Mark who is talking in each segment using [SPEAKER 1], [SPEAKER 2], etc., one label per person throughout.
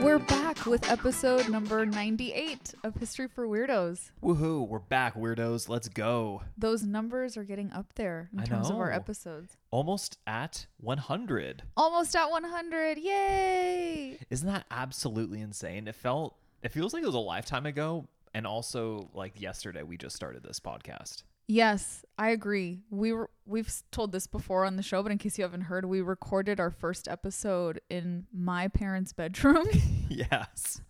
[SPEAKER 1] We're back with episode number 98 of History for Weirdos.
[SPEAKER 2] Woohoo, we're back, weirdos. Let's go.
[SPEAKER 1] Those numbers are getting up there in
[SPEAKER 2] I
[SPEAKER 1] terms of our
[SPEAKER 2] know.
[SPEAKER 1] episodes.
[SPEAKER 2] Almost at 100.
[SPEAKER 1] Almost at 100. Yay!
[SPEAKER 2] Isn't that absolutely insane? It felt, it feels like it was a lifetime ago. And also, like yesterday, we just started this podcast.
[SPEAKER 1] Yes, I agree. We were, we've s- told this before on the show, but in case you haven't heard, we recorded our first episode in my parents' bedroom.
[SPEAKER 2] yes.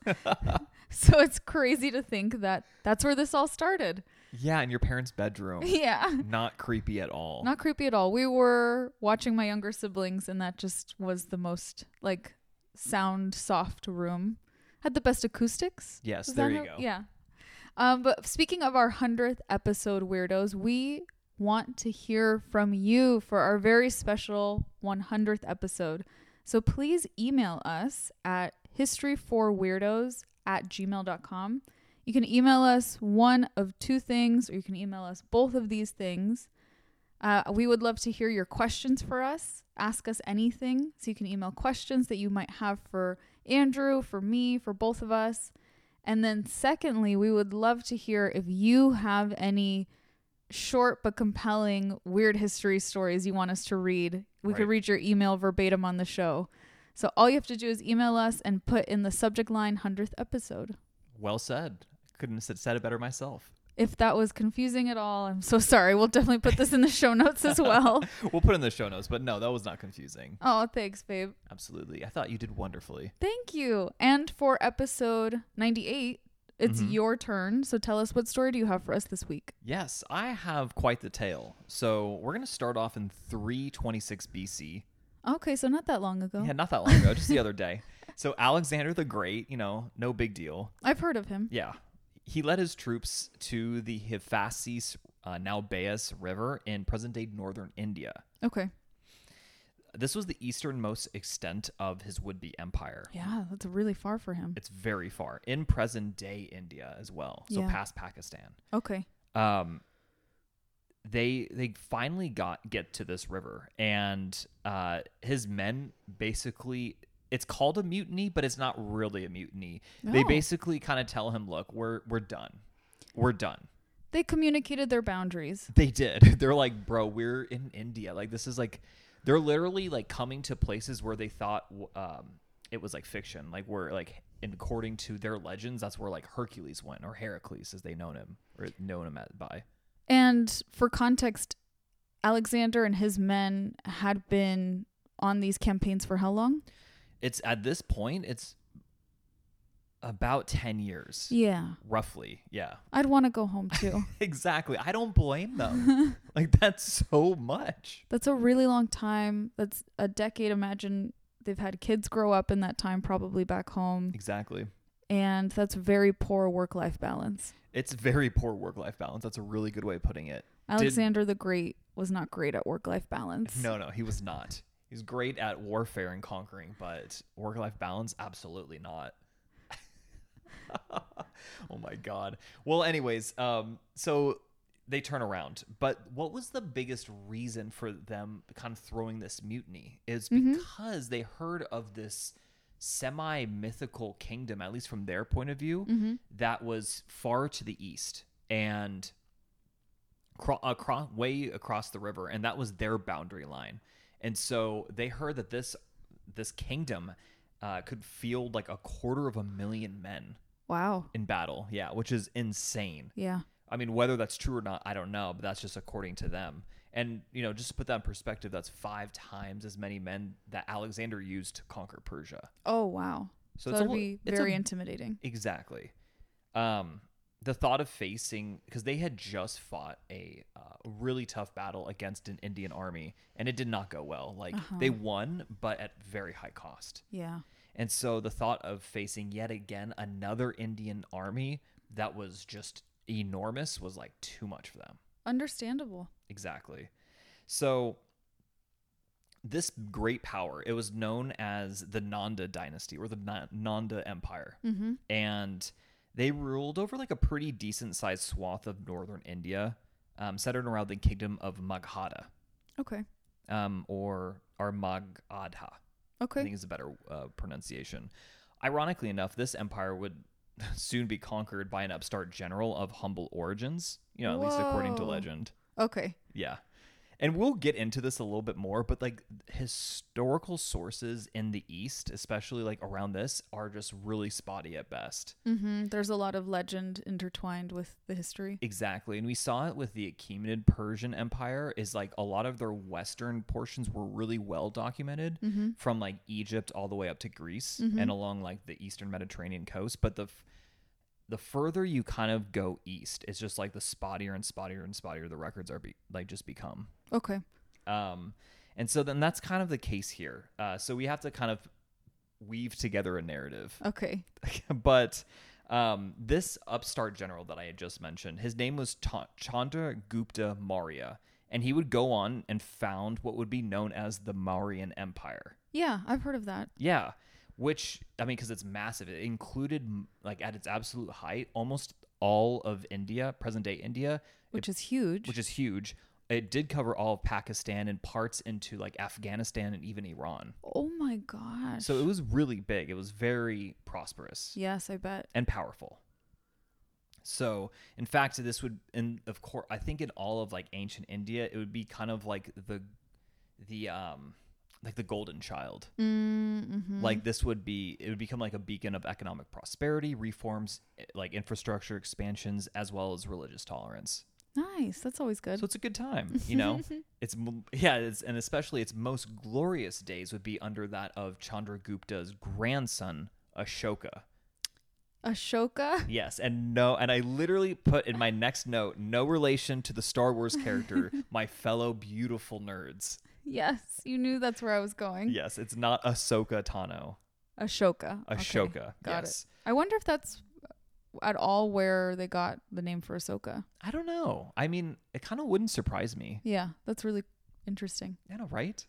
[SPEAKER 1] so it's crazy to think that that's where this all started.
[SPEAKER 2] yeah, in your parents' bedroom.
[SPEAKER 1] Yeah.
[SPEAKER 2] Not creepy at all.
[SPEAKER 1] Not creepy at all. We were watching my younger siblings, and that just was the most like sound soft room. Had the best acoustics.
[SPEAKER 2] Yes,
[SPEAKER 1] Is
[SPEAKER 2] there
[SPEAKER 1] that
[SPEAKER 2] you
[SPEAKER 1] how-
[SPEAKER 2] go.
[SPEAKER 1] Yeah. Um, but speaking of our hundredth episode, weirdos, we want to hear from you for our very special 100th episode. So please email us at history4weirdos at gmail.com. You can email us one of two things, or you can email us both of these things. Uh, we would love to hear your questions for us. Ask us anything. So you can email questions that you might have for Andrew, for me, for both of us. And then, secondly, we would love to hear if you have any short but compelling weird history stories you want us to read. We could
[SPEAKER 2] Right.
[SPEAKER 1] read your email verbatim on the show. So all you have to do is email us and put in the subject line 100th episode.
[SPEAKER 2] Well said. Couldn't have said it better myself.
[SPEAKER 1] If that was confusing at all, I'm so sorry. We'll definitely put this in the show notes as well.
[SPEAKER 2] We'll put it in the show notes, but no, that was not confusing.
[SPEAKER 1] Oh, thanks, babe.
[SPEAKER 2] Absolutely. I thought you did wonderfully.
[SPEAKER 1] Thank you. And for episode 98, it's your turn. So tell us what story do you have for us this week?
[SPEAKER 2] Yes, I have quite the tale. So we're going to start off in 326 BC.
[SPEAKER 1] Okay, so not that long ago.
[SPEAKER 2] Yeah, not that long ago, just the other day. So Alexander the Great, you know, no big deal.
[SPEAKER 1] I've heard of him.
[SPEAKER 2] Yeah. He led his troops to the Hephaestus, uh, now Beas River in present day northern India.
[SPEAKER 1] Okay.
[SPEAKER 2] This was the easternmost extent of his would be empire.
[SPEAKER 1] Yeah, that's really far for him.
[SPEAKER 2] It's very far in present day India as well, so
[SPEAKER 1] Yeah.
[SPEAKER 2] past Pakistan.
[SPEAKER 1] Okay.
[SPEAKER 2] um they they finally got get to this river and uh his men basically it's called a mutiny but it's not really a mutiny they
[SPEAKER 1] No.
[SPEAKER 2] basically kind of tell him look we're we're done we're done
[SPEAKER 1] They communicated their boundaries.
[SPEAKER 2] they did they're like bro we're in india like this is like they're literally like coming to places where they thought w- um it was like fiction like we're like and according to their legends that's where like hercules went or heracles as they known him or known him at, by
[SPEAKER 1] And for context, Alexander and his men had been on these campaigns for how long?
[SPEAKER 2] it's at this point it's about 10 years
[SPEAKER 1] Yeah.
[SPEAKER 2] roughly yeah
[SPEAKER 1] I'd want to go home too.
[SPEAKER 2] exactly i don't blame them like that's so much
[SPEAKER 1] That's a really long time. That's a decade. Imagine they've had kids grow up in that time, probably back home.
[SPEAKER 2] exactly
[SPEAKER 1] And that's very poor work life balance.
[SPEAKER 2] it's very poor work-life balance that's a really good way of putting it
[SPEAKER 1] Alexander the Great was not great at work life balance.
[SPEAKER 2] no no he was not he's great at warfare and conquering but work-life balance absolutely not oh my god well anyways um so they turn around but what was the biggest reason for them kind of throwing this mutiny is because they heard of this semi mythical kingdom at least from their point of view that was far to the east and cro- across way across the river and that was their boundary line and so they heard that this this kingdom uh, could field like a quarter of a million men
[SPEAKER 1] Wow.
[SPEAKER 2] in battle yeah which is insane
[SPEAKER 1] Yeah.
[SPEAKER 2] i mean whether that's true or not i don't know but that's just according to them and you know just to put that in perspective that's five times as many men that alexander used to conquer persia
[SPEAKER 1] Oh, wow.
[SPEAKER 2] so
[SPEAKER 1] So, that'd
[SPEAKER 2] li-
[SPEAKER 1] be
[SPEAKER 2] it's
[SPEAKER 1] very
[SPEAKER 2] a-
[SPEAKER 1] intimidating.
[SPEAKER 2] Exactly. Um, the thought of facing because they had just fought a uh, really tough battle against an Indian army and it did not go well. Like they won, but at very high cost.
[SPEAKER 1] Yeah.
[SPEAKER 2] And so the thought of facing yet again another Indian army that was just enormous was like too much for them.
[SPEAKER 1] Understandable.
[SPEAKER 2] Exactly. So this great power, it was known as the Nanda dynasty or the Na- Nanda empire.
[SPEAKER 1] Mm-hmm.
[SPEAKER 2] And they ruled over like a pretty decent sized swath of northern India, um, centered around the kingdom of Maghada
[SPEAKER 1] Okay.
[SPEAKER 2] um, or, or Magadha. I think
[SPEAKER 1] Okay.
[SPEAKER 2] is a better uh, pronunciation. Ironically enough, this empire would soon be conquered by an upstart general of humble origins, you know, at least according to
[SPEAKER 1] Whoa.
[SPEAKER 2] legend.
[SPEAKER 1] Okay.
[SPEAKER 2] Yeah. And we'll get into this a little bit more, but like historical sources in the East, especially like around this, are just really spotty at best.
[SPEAKER 1] Mm-hmm. There's a lot of legend intertwined with the history.
[SPEAKER 2] Exactly. And we saw it with the Achaemenid Persian Empire is like a lot of their western portions were really well documented from like Egypt all the way up to Greece and along like the eastern Mediterranean coast, but the f- the further you kind of go east, it's just like the spottier and spottier and spottier the records are be- like just become.
[SPEAKER 1] Okay.
[SPEAKER 2] Um, and so then that's kind of the case here. Uh, so we have to kind of weave together a narrative.
[SPEAKER 1] Okay.
[SPEAKER 2] but um, this upstart general that I had just mentioned, his name was Ta- Chandra Gupta Maurya, and he would go on and found what would be known as the Mauryan Empire.
[SPEAKER 1] Yeah, I've heard of that.
[SPEAKER 2] Yeah, which I mean, because it's massive. It included m- like at its absolute height, almost all of India, present day India,
[SPEAKER 1] Which is huge.
[SPEAKER 2] which is huge. It did cover all of Pakistan and parts into like Afghanistan and even Iran.
[SPEAKER 1] oh my gosh.
[SPEAKER 2] So it was really big. It was very prosperous
[SPEAKER 1] yes, I bet.
[SPEAKER 2] and powerful. So, in fact, this would, and of course, I think in all of like ancient India, it would be kind of like the, the um, like the golden child.
[SPEAKER 1] Mm-hmm.
[SPEAKER 2] Like this would be, it would become like a beacon of economic prosperity, reforms, eh, like infrastructure expansions, as well as religious tolerance.
[SPEAKER 1] Nice. That's always good.
[SPEAKER 2] So it's a good time, you know. it's m- yeah, it's, and especially its most glorious days would be under that of Chandragupta's grandson Ashoka.
[SPEAKER 1] Ashoka.
[SPEAKER 2] Yes, and no, and I literally put in my next note, no relation to the Star Wars character, my fellow beautiful nerds.
[SPEAKER 1] Yes, you knew that's where I was going.
[SPEAKER 2] Yes, it's not Ahsoka Tano.
[SPEAKER 1] Ashoka. Okay,
[SPEAKER 2] Ashoka.
[SPEAKER 1] Got
[SPEAKER 2] yes.
[SPEAKER 1] it. I wonder if that's at all where they got the name for Ahsoka.
[SPEAKER 2] I don't know. I mean, it kind of wouldn't surprise me.
[SPEAKER 1] Yeah, that's really interesting.
[SPEAKER 2] I know, right?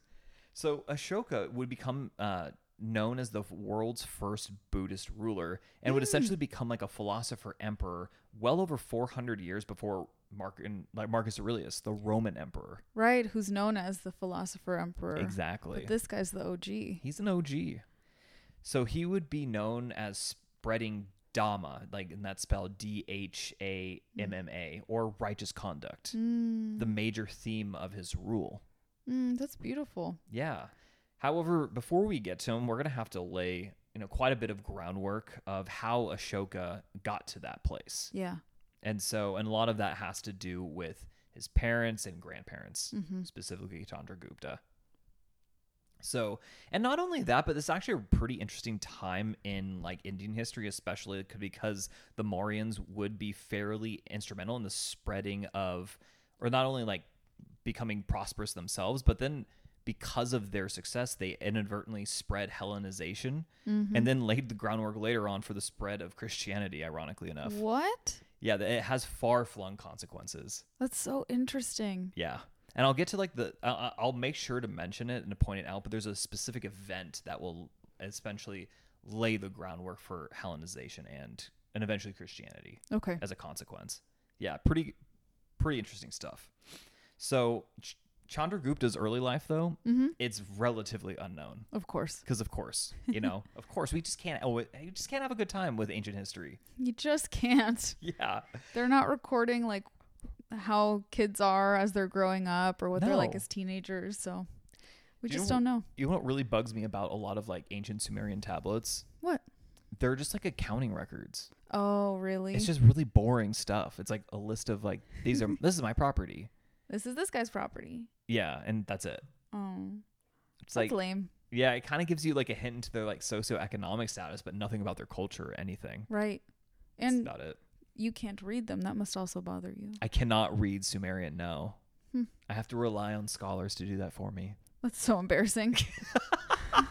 [SPEAKER 2] So Ashoka would become uh, known as the world's first Buddhist ruler and would essentially become like a philosopher emperor well over 400 years before Mark and like Marcus Aurelius, the Roman emperor.
[SPEAKER 1] Right, who's known as the philosopher emperor.
[SPEAKER 2] Exactly.
[SPEAKER 1] But this guy's the OG.
[SPEAKER 2] He's an OG. So he would be known as spreading Dhamma, like in that spell D H A M M A, or righteous conduct,
[SPEAKER 1] Mm,
[SPEAKER 2] the major theme of his rule.
[SPEAKER 1] mm, that's beautiful.
[SPEAKER 2] Yeah. However, before we get to him, we're going to have to lay you know quite a bit of groundwork of how Ashoka got to that place.
[SPEAKER 1] Yeah.
[SPEAKER 2] And so and a lot of that has to do with his parents and grandparents, specifically Chandragupta. So, and not only that, but this is actually a pretty interesting time in like Indian history, especially c- because the Mauryans would be fairly instrumental in the spreading of, or not only like becoming prosperous themselves, but then because of their success, they inadvertently spread Hellenization and then laid the groundwork later on for the spread of Christianity, ironically enough.
[SPEAKER 1] What?
[SPEAKER 2] Yeah, th- it has far flung consequences.
[SPEAKER 1] That's so interesting.
[SPEAKER 2] Yeah. And I'll get to like the, I- I I'll make sure to mention it and to point it out, but there's a specific event that will essentially lay the groundwork for Hellenization and, and eventually Christianity
[SPEAKER 1] Okay.
[SPEAKER 2] as a consequence. Yeah, pretty, pretty interesting stuff. So Ch- Chandragupta's early life, though, it's relatively unknown
[SPEAKER 1] Of course.
[SPEAKER 2] because, of course, you know, of course, we just can't, oh, you just can't have a good time with ancient history.
[SPEAKER 1] You just can't.
[SPEAKER 2] Yeah.
[SPEAKER 1] They're not recording like how kids are as they're growing up or what they're like
[SPEAKER 2] No.
[SPEAKER 1] as teenagers. So we
[SPEAKER 2] Do you
[SPEAKER 1] just
[SPEAKER 2] know-
[SPEAKER 1] don't know.
[SPEAKER 2] You know what really bugs me about a lot of like ancient Sumerian tablets?
[SPEAKER 1] What?
[SPEAKER 2] They're just like accounting records.
[SPEAKER 1] Oh, really?
[SPEAKER 2] It's just really boring stuff. It's like a list of like these are this is my property.
[SPEAKER 1] this is this guy's property.
[SPEAKER 2] Yeah, and that's it.
[SPEAKER 1] Oh, that's
[SPEAKER 2] It's like
[SPEAKER 1] lame.
[SPEAKER 2] yeah, it kind of gives you like a hint into their like socioeconomic status, but nothing about their culture or anything.
[SPEAKER 1] Right.
[SPEAKER 2] That's
[SPEAKER 1] And
[SPEAKER 2] about it.
[SPEAKER 1] you can't read them. That must also bother you.
[SPEAKER 2] I cannot read Sumerian now.
[SPEAKER 1] Hmm.
[SPEAKER 2] I have to rely on scholars to do that for me.
[SPEAKER 1] That's so embarrassing. I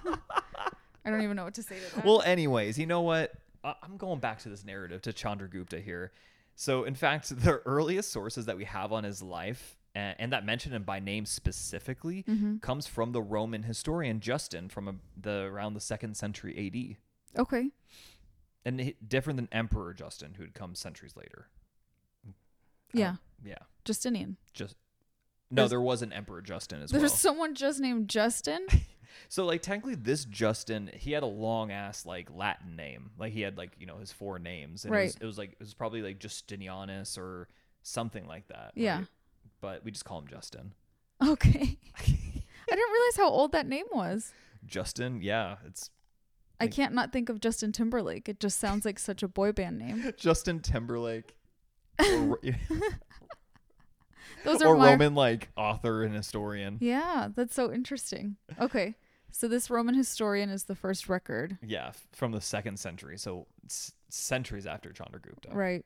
[SPEAKER 1] don't even know what to say to that.
[SPEAKER 2] Well, anyways, you know what? I- Uh, I'm going back to this narrative to Chandragupta here. So, in fact, the earliest sources that we have on his life and, and that mention him by name specifically comes from the Roman historian Justin from a, the around the second century AD,
[SPEAKER 1] okay.
[SPEAKER 2] and he- different than Emperor Justin, who had come centuries later. I
[SPEAKER 1] Yeah.
[SPEAKER 2] don't- yeah.
[SPEAKER 1] Justinian.
[SPEAKER 2] Just no,
[SPEAKER 1] There's-
[SPEAKER 2] there was an Emperor Justin as
[SPEAKER 1] There's
[SPEAKER 2] well.
[SPEAKER 1] someone just named Justin.
[SPEAKER 2] So like technically this Justin, he had a long ass like Latin name. Like he had like, you know, his four names. And it, was,
[SPEAKER 1] Right.
[SPEAKER 2] it was like it was probably like Justinianus or something like that.
[SPEAKER 1] Yeah.
[SPEAKER 2] right? But we just call him Justin.
[SPEAKER 1] Okay. I didn't realize how old that name was.
[SPEAKER 2] Justin, yeah. It's
[SPEAKER 1] I
[SPEAKER 2] Like-
[SPEAKER 1] can't not think of Justin Timberlake. It just sounds like such a boy band name.
[SPEAKER 2] Justin Timberlake. Or,
[SPEAKER 1] Those are
[SPEAKER 2] or
[SPEAKER 1] my
[SPEAKER 2] Roman like author and historian.
[SPEAKER 1] Yeah, that's so interesting. Okay. So this Roman historian is the first record.
[SPEAKER 2] Yeah, f- from the second century. So s- centuries after Chandragupta.
[SPEAKER 1] Right.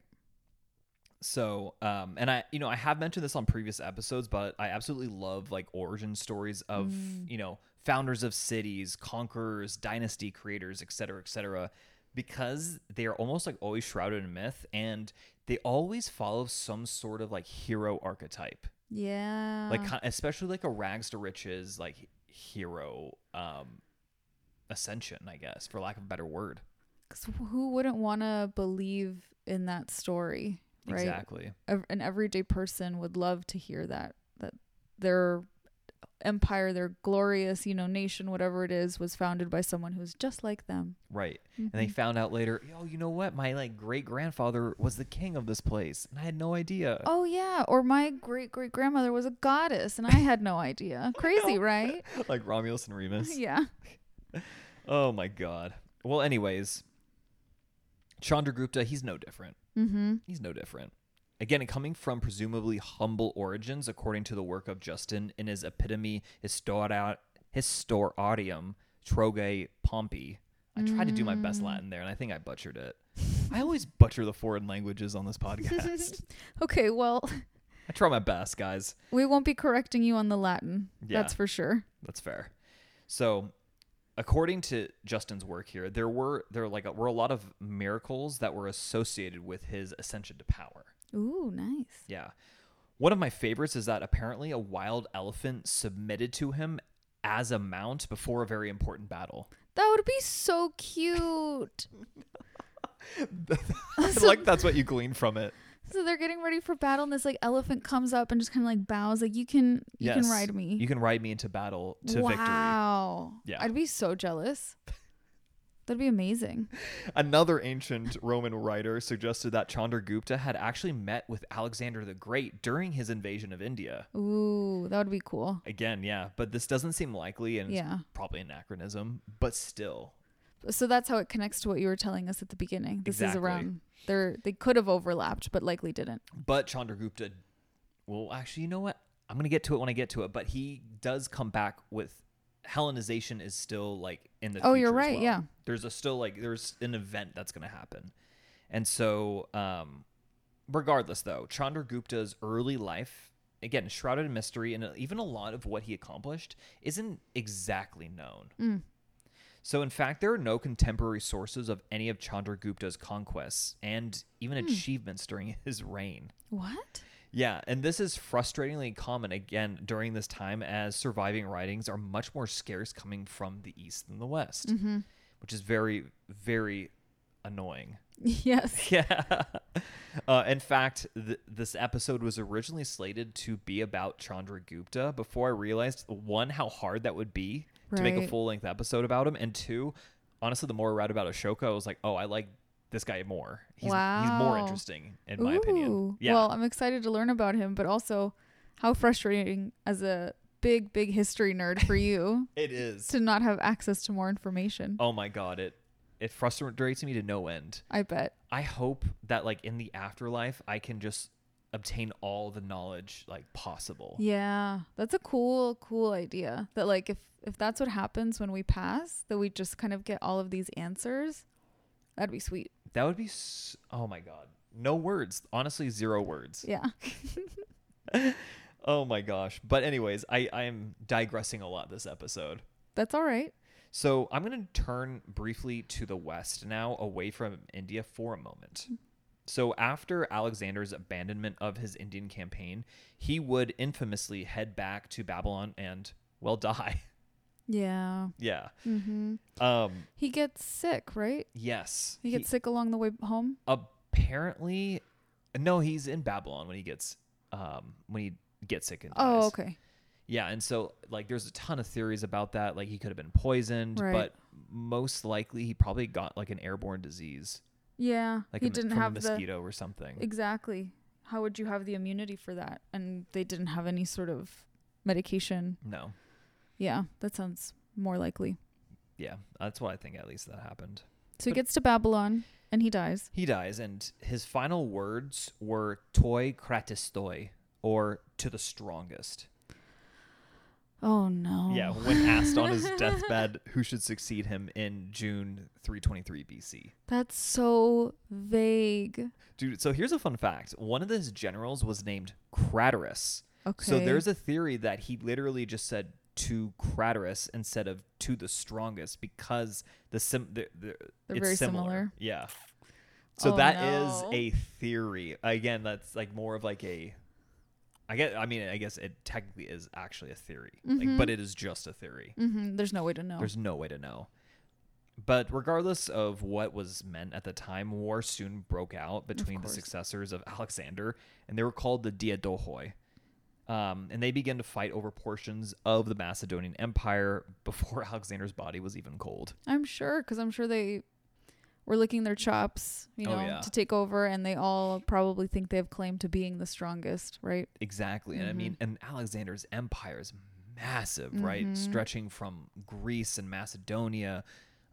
[SPEAKER 2] So, um, and I, you know, I have mentioned this on previous episodes, but I absolutely love like origin stories of, you know, founders of cities, conquerors, dynasty creators, et cetera, et cetera, because they are almost like always shrouded in myth and they always follow some sort of like hero archetype,
[SPEAKER 1] Yeah.
[SPEAKER 2] like ki- especially like a rags to riches, like hero, um, ascension, I guess, for lack of a better word.
[SPEAKER 1] 'Cause who wouldn't want to believe in that story, right?
[SPEAKER 2] Exactly.
[SPEAKER 1] Ev- An everyday person would love to hear that that their empire, their glorious, you know, nation, whatever it is, was founded by someone who's just like them.
[SPEAKER 2] Right. And they found out later, oh, you know what? My like great grandfather was the king of this place, and I had no idea.
[SPEAKER 1] Oh yeah, or my great great grandmother was a goddess, and I had no idea. Crazy, right?
[SPEAKER 2] like Romulus and Remus.
[SPEAKER 1] Yeah.
[SPEAKER 2] Oh my god. Well, anyways, Chandragupta, he's no different.
[SPEAKER 1] Mm-hmm.
[SPEAKER 2] He's no different. Again, coming from presumably humble origins, according to the work of Justin in his Epitome Historia, Historiarum Trogae Pompey. I tried to do my best Latin there, and I think I butchered it. I always butcher the foreign languages on this podcast.
[SPEAKER 1] Okay, well,
[SPEAKER 2] I try my best, guys.
[SPEAKER 1] we won't be correcting you on the Latin.
[SPEAKER 2] Yeah.
[SPEAKER 1] That's for sure.
[SPEAKER 2] That's fair. So, according to Justin's work here, there were there like were a lot of miracles that were associated with his ascension to power.
[SPEAKER 1] Ooh, nice.
[SPEAKER 2] Yeah. One of my favorites is that apparently a wild elephant submitted to him as a mount before a very important battle.
[SPEAKER 1] That would be so cute.
[SPEAKER 2] like that's what you glean from it.
[SPEAKER 1] So they're getting ready for battle, and this like elephant comes up and just kind of like bows, like you can, you can
[SPEAKER 2] Yes.
[SPEAKER 1] ride me.
[SPEAKER 2] You can ride me into battle to victory.
[SPEAKER 1] wow.
[SPEAKER 2] Yeah.
[SPEAKER 1] I'd be so jealous. That'd be amazing.
[SPEAKER 2] Another ancient Roman writer suggested that Chandragupta had actually met with Alexander the Great during his invasion of India.
[SPEAKER 1] Ooh, that would be cool.
[SPEAKER 2] Again, yeah, but this doesn't seem likely and
[SPEAKER 1] Yeah.
[SPEAKER 2] it's probably anachronism, but still.
[SPEAKER 1] So that's how it connects to what you were telling us at the beginning. This
[SPEAKER 2] Exactly.
[SPEAKER 1] is around. They're they could have overlapped, but likely didn't.
[SPEAKER 2] But Chandragupta, well, actually, you know what? I'm going to get to it when I get to it, but he does come back with Hellenization is still like in the
[SPEAKER 1] Oh, you're
[SPEAKER 2] future as
[SPEAKER 1] right,
[SPEAKER 2] well.
[SPEAKER 1] yeah.
[SPEAKER 2] There's a still like there's an event that's going to happen. And so um regardless though, Chandragupta's early life again shrouded in mystery and even a lot of what he accomplished isn't exactly known. So, in fact, there are no contemporary sources of any of Chandragupta's conquests and even achievements during his reign.
[SPEAKER 1] What?
[SPEAKER 2] Yeah, and this is frustratingly common again during this time as surviving writings are much more scarce coming from the East than the West, which is very, very annoying.
[SPEAKER 1] Yes.
[SPEAKER 2] Yeah. Uh, in fact, th- this episode was originally slated to be about Chandragupta before I realized one, how hard that would be to make a
[SPEAKER 1] Right.
[SPEAKER 2] full length episode about him, and two, honestly, the more I read about Ashoka, I was like, oh, I like this guy more. He's, he's more
[SPEAKER 1] Wow.
[SPEAKER 2] interesting, in my opinion.
[SPEAKER 1] Ooh.
[SPEAKER 2] Yeah.
[SPEAKER 1] Well, I'm excited to learn about him, but also how frustrating as a big, big history nerd for you
[SPEAKER 2] it is.
[SPEAKER 1] to not have access to more information.
[SPEAKER 2] Oh my god, it it frustrates me to no end.
[SPEAKER 1] I bet.
[SPEAKER 2] I hope that like in the afterlife I can just obtain all the knowledge like possible.
[SPEAKER 1] Yeah. That's a cool, cool idea. That like if if that's what happens when we pass, that we just kind of get all of these answers, that'd be sweet.
[SPEAKER 2] That would be s oh my god. No words. Honestly, zero words.
[SPEAKER 1] Yeah.
[SPEAKER 2] Oh my gosh. But anyways, I I am digressing a lot this episode.
[SPEAKER 1] That's all right.
[SPEAKER 2] So I'm going to turn briefly to the west now, away from India for a moment.
[SPEAKER 1] Mm-hmm.
[SPEAKER 2] So after Alexander's abandonment of his Indian campaign, he would infamously head back to Babylon and well die.
[SPEAKER 1] Yeah.
[SPEAKER 2] yeah.
[SPEAKER 1] hmm
[SPEAKER 2] Um.
[SPEAKER 1] He gets sick, right?
[SPEAKER 2] Yes.
[SPEAKER 1] He gets sick along the way home.
[SPEAKER 2] apparently. No, he's in Babylon when he gets um when he gets sick and
[SPEAKER 1] Oh,
[SPEAKER 2] dies.
[SPEAKER 1] okay.
[SPEAKER 2] Yeah, and so like there's a ton of theories about that. Like he could have been poisoned,
[SPEAKER 1] Right.
[SPEAKER 2] but most likely he probably got like an airborne disease,
[SPEAKER 1] Yeah.
[SPEAKER 2] like
[SPEAKER 1] he
[SPEAKER 2] a,
[SPEAKER 1] didn't
[SPEAKER 2] from
[SPEAKER 1] have
[SPEAKER 2] a
[SPEAKER 1] the
[SPEAKER 2] mosquito or something.
[SPEAKER 1] exactly. How would you have the immunity for that? And they didn't have any sort of medication.
[SPEAKER 2] no,
[SPEAKER 1] Yeah, that sounds more likely.
[SPEAKER 2] yeah, that's what I think. At least that happened.
[SPEAKER 1] So he gets to Babylon and he dies.
[SPEAKER 2] He dies, and his final words were "toi kratistoi," or "to the strongest."
[SPEAKER 1] Oh no.
[SPEAKER 2] Yeah, when asked on his deathbed who should succeed him in June 323 BC.
[SPEAKER 1] That's so vague.
[SPEAKER 2] Dude, so here's a fun fact. One of his generals was named Craterus.
[SPEAKER 1] Okay.
[SPEAKER 2] So there's a theory that he literally just said to Craterus instead of to the strongest because the sim the, the,
[SPEAKER 1] They're
[SPEAKER 2] it's
[SPEAKER 1] very
[SPEAKER 2] similar.
[SPEAKER 1] similar.
[SPEAKER 2] Yeah. So
[SPEAKER 1] Oh,
[SPEAKER 2] that is
[SPEAKER 1] no.
[SPEAKER 2] a theory. Again, that's like more of like a I guess I mean I guess it technically is actually a theory.
[SPEAKER 1] Mm-hmm.
[SPEAKER 2] Like, but it is just a theory.
[SPEAKER 1] hmm There's no way to know.
[SPEAKER 2] There's no way to know. But regardless of what was meant at the time, war soon broke out between the
[SPEAKER 1] course.
[SPEAKER 2] successors of Alexander, and they were called the Diadohoi. Um, and they began to fight over portions of the Macedonian Empire before Alexander's body was even cold.
[SPEAKER 1] I'm sure, because I'm sure they were licking their chops, you
[SPEAKER 2] Oh,
[SPEAKER 1] know,
[SPEAKER 2] yeah.
[SPEAKER 1] to take over, and they all probably think they have claim to being the strongest, right?
[SPEAKER 2] Exactly. And I mean,
[SPEAKER 1] Mm-hmm.
[SPEAKER 2] and Alexander's empire is massive, right? Stretching from Greece and Macedonia,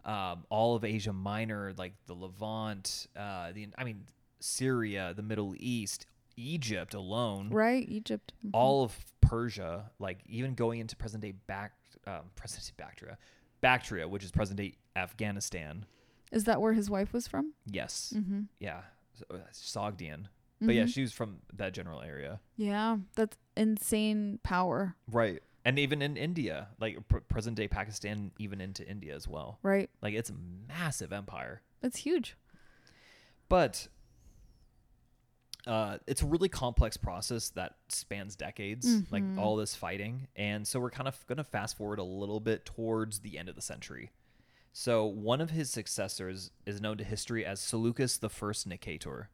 [SPEAKER 2] um, all of Asia Minor, like the Levant, uh, the I mean, Syria, the Middle East, Egypt alone,
[SPEAKER 1] Right? Egypt. Mhm.
[SPEAKER 2] Mm-hmm. all of Persia, like even going into present day back, um, present day Bactria, Bactria, which is present day Afghanistan.
[SPEAKER 1] Is that where his wife was from?
[SPEAKER 2] Yes,
[SPEAKER 1] Mm-hmm.
[SPEAKER 2] yeah, so, uh, Sogdian. But yeah, she was from that general area.
[SPEAKER 1] Yeah, that's insane power,
[SPEAKER 2] Right. And even in India, like pr- present day Pakistan, even into India as well.
[SPEAKER 1] right?
[SPEAKER 2] Like it's a massive empire.
[SPEAKER 1] That's huge.
[SPEAKER 2] But uh, it's a really complex process that spans decades, like all this fighting. And so we're kind of going to fast forward a little bit towards the end of the century. So one of his successors is known to history as Seleucus the First Nicator.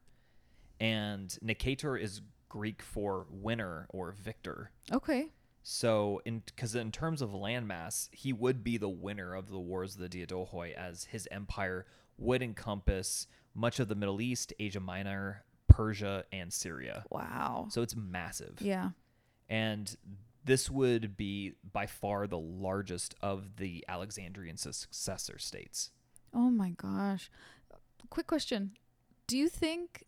[SPEAKER 2] And Nicator is Greek for winner or victor.
[SPEAKER 1] Okay.
[SPEAKER 2] So, in because in terms of landmass, he would be the winner of the wars of the Diadohoi, as his empire would encompass much of the Middle East, Asia Minor, Persia, and Syria.
[SPEAKER 1] Wow.
[SPEAKER 2] So it's massive,
[SPEAKER 1] Yeah.
[SPEAKER 2] and this would be by far the largest of the Alexandrian sus- successor states.
[SPEAKER 1] Oh my gosh. Quick question. Do you think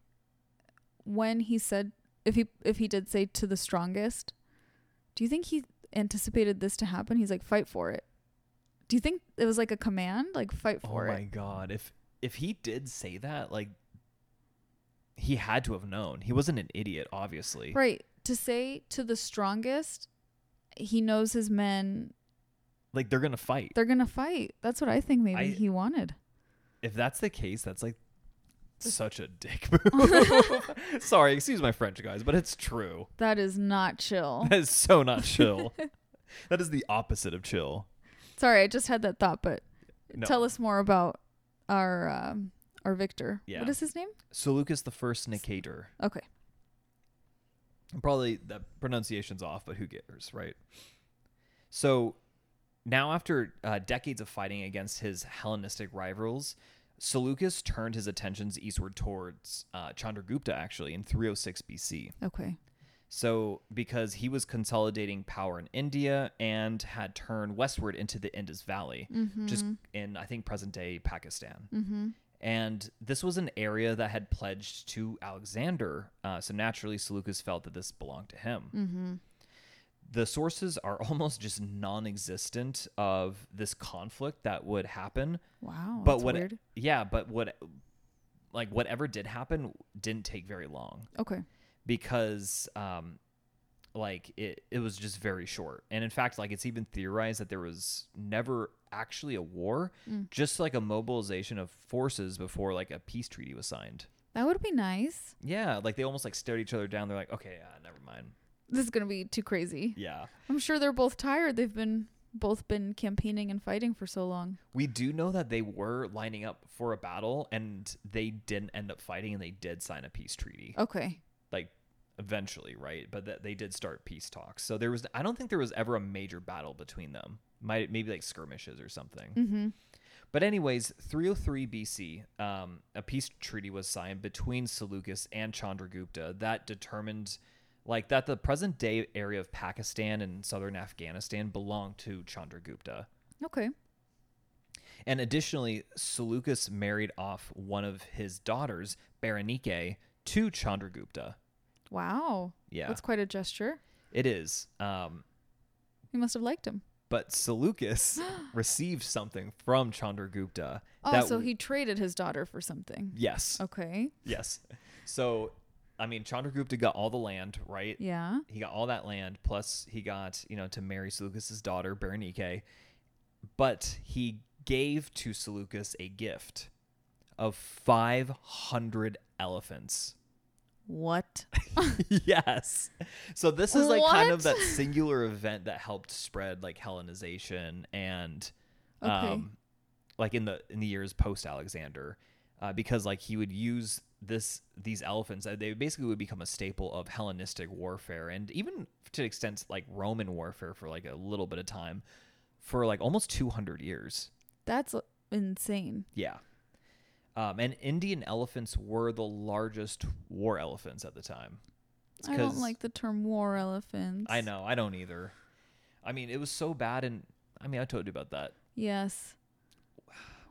[SPEAKER 1] when he said if he if he did say to the strongest, do you think he anticipated this to happen? He's like fight for it. Do you think it was like a command, like fight for
[SPEAKER 2] oh my
[SPEAKER 1] it?
[SPEAKER 2] god! If if he did say that, like he had to have known. He wasn't an idiot, obviously.
[SPEAKER 1] Right. To say to the strongest, he knows his men,
[SPEAKER 2] Like they're gonna fight.
[SPEAKER 1] they're going to fight. That's what I think maybe
[SPEAKER 2] I-
[SPEAKER 1] he wanted.
[SPEAKER 2] if that's the case, that's like such a dick move. Sorry, excuse my French, guys, but it's true.
[SPEAKER 1] That is not chill.
[SPEAKER 2] That is so not chill. that is the opposite of chill.
[SPEAKER 1] Sorry, I just had that thought, but
[SPEAKER 2] No.
[SPEAKER 1] tell us more about our um, our Victor.
[SPEAKER 2] Yeah.
[SPEAKER 1] What is his name?
[SPEAKER 2] So Lucas the first Nicator.
[SPEAKER 1] Okay.
[SPEAKER 2] Probably the pronunciation's off, but who cares, right? So now, after uh, decades of fighting against his Hellenistic rivals, Seleucus turned his attentions eastward towards uh, Chandragupta, actually, in 306 BC.
[SPEAKER 1] Okay.
[SPEAKER 2] So, because he was consolidating power in India and had turned westward into the Indus Valley,
[SPEAKER 1] Mm-hmm.
[SPEAKER 2] which is in, I think, present day Pakistan. And this was an area that had pledged to Alexander. Uh, so, naturally, Seleucus felt that this belonged to him.
[SPEAKER 1] Mm. Mm-hmm.
[SPEAKER 2] The sources are almost just non existent of this conflict that would happen
[SPEAKER 1] Wow.
[SPEAKER 2] but
[SPEAKER 1] that's
[SPEAKER 2] what
[SPEAKER 1] weird.
[SPEAKER 2] yeah but what like whatever did happen didn't take very long
[SPEAKER 1] Okay.
[SPEAKER 2] because um like it it was just very short and in fact like it's even theorized that there was never actually a war just like a mobilization of forces before like a peace treaty was signed
[SPEAKER 1] That would be nice.
[SPEAKER 2] yeah like they almost like stared each other down they're like okay uh, never mind
[SPEAKER 1] This is gonna be too crazy.
[SPEAKER 2] yeah
[SPEAKER 1] I'm sure they're both tired. They've been both been campaigning and fighting for so long.
[SPEAKER 2] we do know that they were lining up for a battle and they didn't end up fighting and they did sign a peace treaty
[SPEAKER 1] Okay.
[SPEAKER 2] like eventually, right? But that they did start peace talks. So there was I don't think there was ever a major battle between them. Might maybe like skirmishes or something.
[SPEAKER 1] Mm-hmm.
[SPEAKER 2] But anyways, 303 BC, um, a peace treaty was signed between Seleucus and Chandragupta that determined like that the present day area of Pakistan and southern Afghanistan belonged to Chandragupta.
[SPEAKER 1] Okay.
[SPEAKER 2] And additionally, Seleucus married off one of his daughters, Berenike, to Chandragupta.
[SPEAKER 1] Wow.
[SPEAKER 2] Yeah.
[SPEAKER 1] That's quite a gesture.
[SPEAKER 2] It is. Um,
[SPEAKER 1] He must have liked him.
[SPEAKER 2] but Seleucus received something from Chandragupta.
[SPEAKER 1] Oh,
[SPEAKER 2] that
[SPEAKER 1] so
[SPEAKER 2] w-
[SPEAKER 1] he traded his daughter for something.
[SPEAKER 2] Yes.
[SPEAKER 1] Okay.
[SPEAKER 2] Yes. So, I mean, Chandragupta got all the land, right?
[SPEAKER 1] Yeah.
[SPEAKER 2] He got all that land. Plus, he got you know to marry Seleucus's daughter Berenike, but he gave to Seleucus a gift of five hundred elephants.
[SPEAKER 1] What?
[SPEAKER 2] yes. So this is like kind of
[SPEAKER 1] What?
[SPEAKER 2] that singular event that helped spread like Hellenization and
[SPEAKER 1] Okay.
[SPEAKER 2] um like in the in the years post Alexander uh, because like he would use this these elephants uh, they basically would become a staple of Hellenistic warfare and even to an extent like Roman warfare for like a little bit of time for like almost 200 years.
[SPEAKER 1] That's insane.
[SPEAKER 2] Yeah. Um, and Indian elephants were the largest war elephants at the time. It's
[SPEAKER 1] I don't
[SPEAKER 2] 'cause-
[SPEAKER 1] like the term war elephants.
[SPEAKER 2] I know. I don't either. I mean, it was so bad, and I mean, I told you about that.
[SPEAKER 1] Yes.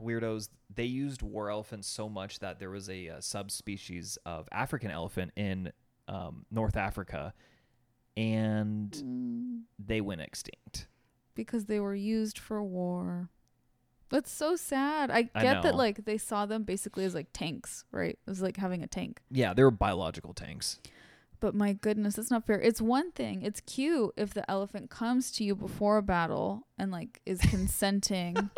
[SPEAKER 2] Weirdos. They used war elephants so much that there was a, uh subspecies of African elephant in um, North Africa, and
[SPEAKER 1] Mm,
[SPEAKER 2] they went extinct.
[SPEAKER 1] because they were used for war. That's so sad. I
[SPEAKER 2] I
[SPEAKER 1] get that
[SPEAKER 2] know.
[SPEAKER 1] like they saw them basically as like tanks, right? It was like having a tank.
[SPEAKER 2] Yeah, they were biological tanks.
[SPEAKER 1] But my goodness, that's not fair. It's one thing. It's cute if the elephant comes to you before a battle and like is consenting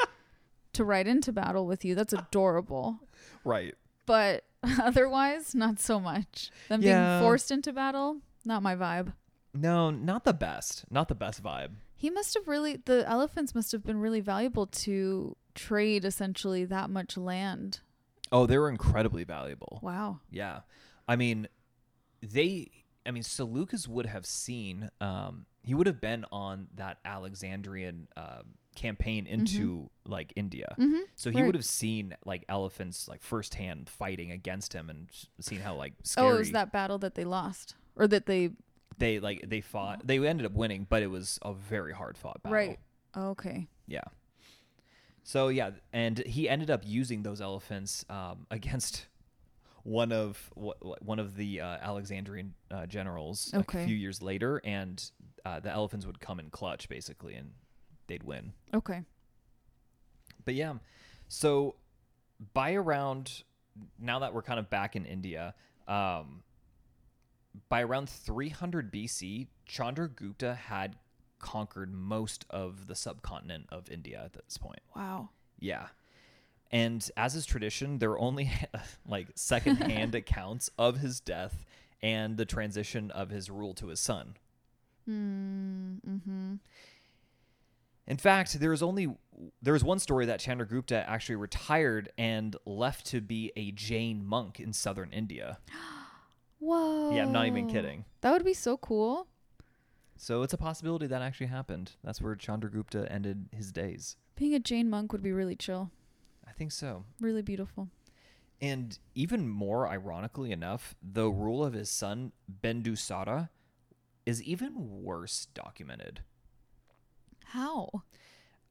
[SPEAKER 1] to ride into battle with you. That's adorable.
[SPEAKER 2] Right.
[SPEAKER 1] But otherwise, not so much. Them
[SPEAKER 2] Yeah.
[SPEAKER 1] being forced into battle, not my vibe.
[SPEAKER 2] No, not the best. Not the best vibe.
[SPEAKER 1] He must have really the elephants must have been really valuable to trade essentially that much land.
[SPEAKER 2] Oh, they were incredibly valuable.
[SPEAKER 1] Wow.
[SPEAKER 2] Yeah. I mean, they, I mean, Seleucus would have seen, um, he would have been on that Alexandrian um campaign into like India.
[SPEAKER 1] Mhm.
[SPEAKER 2] So he
[SPEAKER 1] Mm-hmm. Right.
[SPEAKER 2] would have seen like elephants like firsthand fighting against him and s- seen how like scary
[SPEAKER 1] Oh, it was that battle that they lost or that they
[SPEAKER 2] they like they fought. They ended up winning, but it was a very hard fought battle.
[SPEAKER 1] right. oh, Okay.
[SPEAKER 2] Yeah. So yeah, and he ended up using those elephants um, against one of wh- wh- one of the uh, Alexandrian uh, generals. like,
[SPEAKER 1] Okay.
[SPEAKER 2] a few years later, and uh, the elephants would come in clutch basically, and they'd win.
[SPEAKER 1] Okay.
[SPEAKER 2] But yeah, so by around now that we're kind of back in India, um, by around 300 BC, Chandragupta had conquered most of the subcontinent of India at this point.
[SPEAKER 1] Wow.
[SPEAKER 2] Yeah. And as is tradition, there are only like secondhand accounts of his death and the transition of his rule to his son.
[SPEAKER 1] Mm-hmm.
[SPEAKER 2] In fact, there is only there is one story that Chandragupta actually retired and left to be a Jain monk in southern India.
[SPEAKER 1] Whoa.
[SPEAKER 2] Yeah, I'm not
[SPEAKER 1] Oh.
[SPEAKER 2] even kidding.
[SPEAKER 1] That would be so cool.
[SPEAKER 2] So it's a possibility that actually happened. That's where Chandragupta ended his days.
[SPEAKER 1] Being a Jane monk would be really chill,
[SPEAKER 2] I think so.
[SPEAKER 1] really beautiful.
[SPEAKER 2] And even more ironically enough, the rule of his son Bendusara is even worse documented.
[SPEAKER 1] How?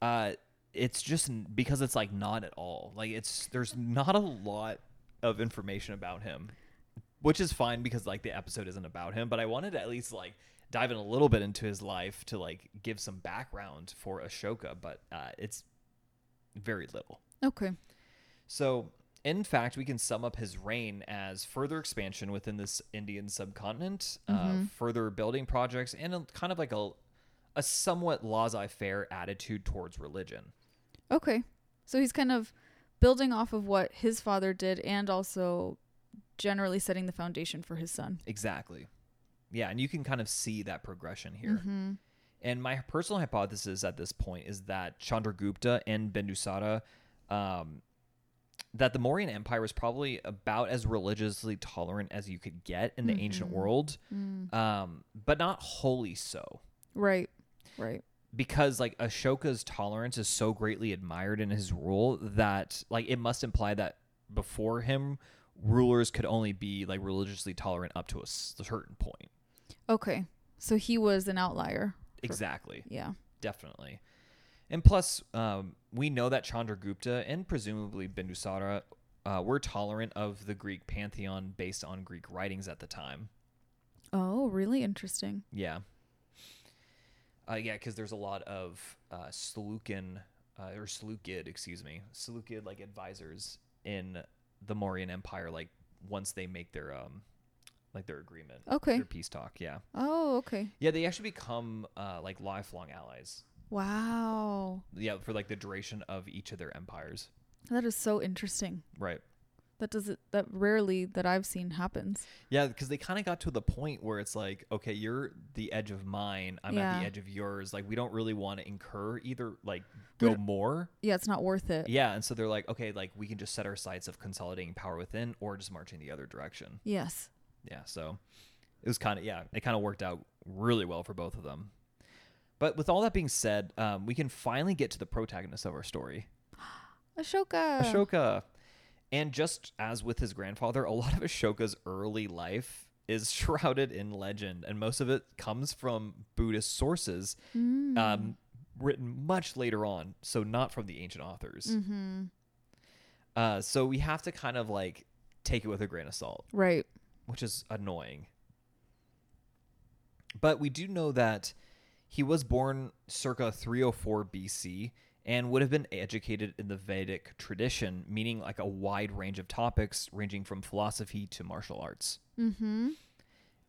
[SPEAKER 2] Uh, it's just n- because it's like not at all. Like it's there's not a lot of information about him, which is fine because like the episode isn't about him. But I wanted to at least like dive in a little bit into his life to like give some background for Ashoka, but uh, it's very little.
[SPEAKER 1] Okay.
[SPEAKER 2] So In fact, we can sum up his reign as further expansion within this Indian subcontinent, uh, further building projects, and a, kind of like a, a somewhat laissez faire attitude towards religion.
[SPEAKER 1] Okay. So he's kind of building off of what his father did and also generally setting the foundation for his son.
[SPEAKER 2] Exactly. Yeah, and you can kind of see that progression here. And my personal hypothesis at this point is that Chandragupta and Bindusara, um, that the Mauryan Empire was probably about as religiously tolerant as you could get in the ancient world, um, but not wholly so.
[SPEAKER 1] Right. Right.
[SPEAKER 2] Because like Ashoka's tolerance is so greatly admired in his rule that like it must imply that before him rulers could only be like religiously tolerant up to a s- certain point.
[SPEAKER 1] Okay. So he was an outlier.
[SPEAKER 2] Exactly.
[SPEAKER 1] Yeah.
[SPEAKER 2] Definitely. And plus, um, we know that Chandragupta and presumably Bindusara uh, were tolerant of the Greek pantheon based on Greek writings at the time.
[SPEAKER 1] Oh, really interesting.
[SPEAKER 2] Yeah. Uh, yeah, because there's a lot of uh, Seleucan, uh, or Seleucid, excuse me, Seleucid like advisors in the Mauryan Empire. Like once they make their um, like their agreement,
[SPEAKER 1] Okay.
[SPEAKER 2] their peace talk. Yeah,
[SPEAKER 1] Oh, okay.
[SPEAKER 2] yeah, they actually become uh, like lifelong allies.
[SPEAKER 1] Wow.
[SPEAKER 2] Yeah, for like the duration of each of their empires.
[SPEAKER 1] That is so interesting.
[SPEAKER 2] Right.
[SPEAKER 1] That does it that rarely that I've seen happens.
[SPEAKER 2] Yeah, because they kind of got to the point where it's like, okay, you're the edge of mine. I'm at the
[SPEAKER 1] Yeah.
[SPEAKER 2] edge of yours. Like, we don't really want to incur either, like, go more.
[SPEAKER 1] Yeah, it's not worth it.
[SPEAKER 2] Yeah. And so they're like, okay, like, we can just set our sights of consolidating power within or just marching the other direction.
[SPEAKER 1] Yes.
[SPEAKER 2] Yeah. So it was kind of, yeah, it kind of worked out really well for both of them. But with all that being said, um, we can finally get to the protagonist of our story.
[SPEAKER 1] Ashoka.
[SPEAKER 2] Ashoka. And just as with his grandfather, a lot of Ashoka's early life is shrouded in legend, and most of it comes from Buddhist sources,
[SPEAKER 1] Mm.
[SPEAKER 2] um, written much later on, so not from the ancient authors.
[SPEAKER 1] Hmm. Mm-hmm.
[SPEAKER 2] Uh, so we have to kind of like take it with a grain of salt
[SPEAKER 1] Right.
[SPEAKER 2] which is annoying. But we do know that he was born circa 304 BC and would have been educated in the Vedic tradition, meaning like a wide range of topics ranging from philosophy to martial arts.
[SPEAKER 1] Mm-hmm.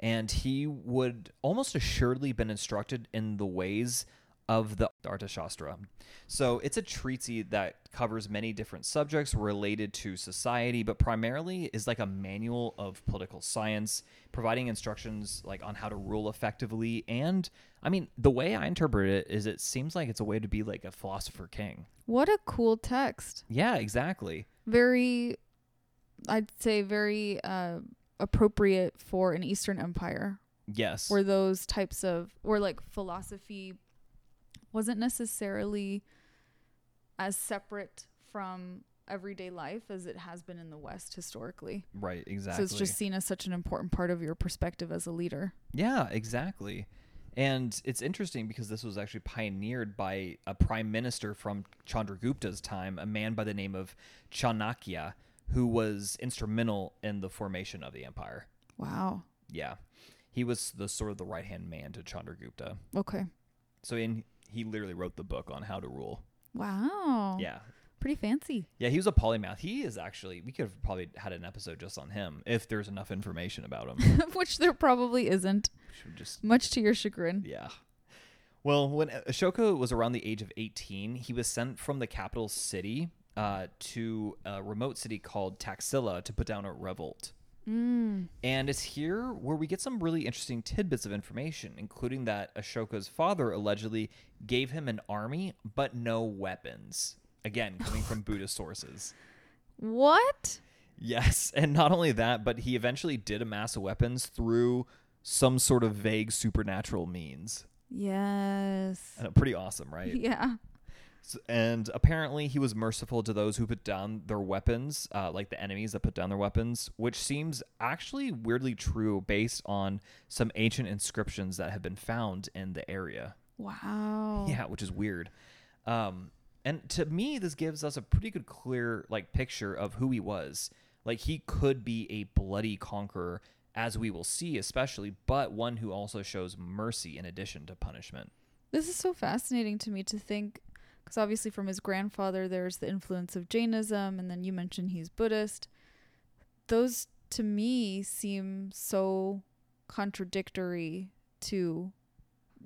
[SPEAKER 2] And he would almost assuredly been instructed in the ways of the Arthashastra. So it's a treatise that covers many different subjects related to society, but primarily is like a manual of political science, providing instructions like on how to rule effectively. And I mean, the way I interpret it is it seems like it's a way to be like a philosopher king.
[SPEAKER 1] What a cool text.
[SPEAKER 2] Yeah, exactly.
[SPEAKER 1] Very I'd say very uh appropriate for an Eastern Empire
[SPEAKER 2] Yes.
[SPEAKER 1] where those types of where like philosophy wasn't necessarily as separate from everyday life as it has been in the West historically.
[SPEAKER 2] right, exactly.
[SPEAKER 1] So it's just seen as such an important part of your perspective as a leader.
[SPEAKER 2] Yeah, exactly. And it's interesting because this was actually pioneered by a prime minister from Chandragupta's time, a man by the name of Chanakya, who was instrumental in the formation of the empire.
[SPEAKER 1] Wow.
[SPEAKER 2] Yeah. He was the sort of the right hand man to Chandragupta.
[SPEAKER 1] Okay.
[SPEAKER 2] So in he literally wrote the book on how to rule.
[SPEAKER 1] Wow.
[SPEAKER 2] Yeah.
[SPEAKER 1] Pretty fancy.
[SPEAKER 2] Yeah, he was a polymath. He is actually we could have probably had an episode just on him if there's enough information about him. we
[SPEAKER 1] Which there probably isn't,
[SPEAKER 2] should just
[SPEAKER 1] much to your chagrin.
[SPEAKER 2] Yeah. Well, when uh, Ashoka was around the age of 18, he was sent from the capital city uh, to a remote city called Taxila to put down a revolt. And it's here where we get some really interesting tidbits of information, including that Ashoka's father allegedly gave him an army but no weapons. Again, coming from Buddhist sources.
[SPEAKER 1] What?
[SPEAKER 2] Yes, and not only that, but he eventually did amass weapons through some sort of vague supernatural means.
[SPEAKER 1] Yes.
[SPEAKER 2] Uh, pretty awesome, right?
[SPEAKER 1] Yeah.
[SPEAKER 2] S- And apparently, he was merciful to those who put down their weapons, uh, like the enemies that put down their weapons, which seems actually weirdly true based on some ancient inscriptions that have been found in the area.
[SPEAKER 1] Wow.
[SPEAKER 2] Yeah, which is weird. Um, and to me, this gives us a pretty good, clear like picture of who he was. Like he could be a bloody conqueror, as we will see, especially, but one who also shows mercy in addition to punishment.
[SPEAKER 1] This is so fascinating to me to think Because obviously, from his grandfather, there's the influence of Jainism, and then you mentioned he's Buddhist. Those to me seem so contradictory to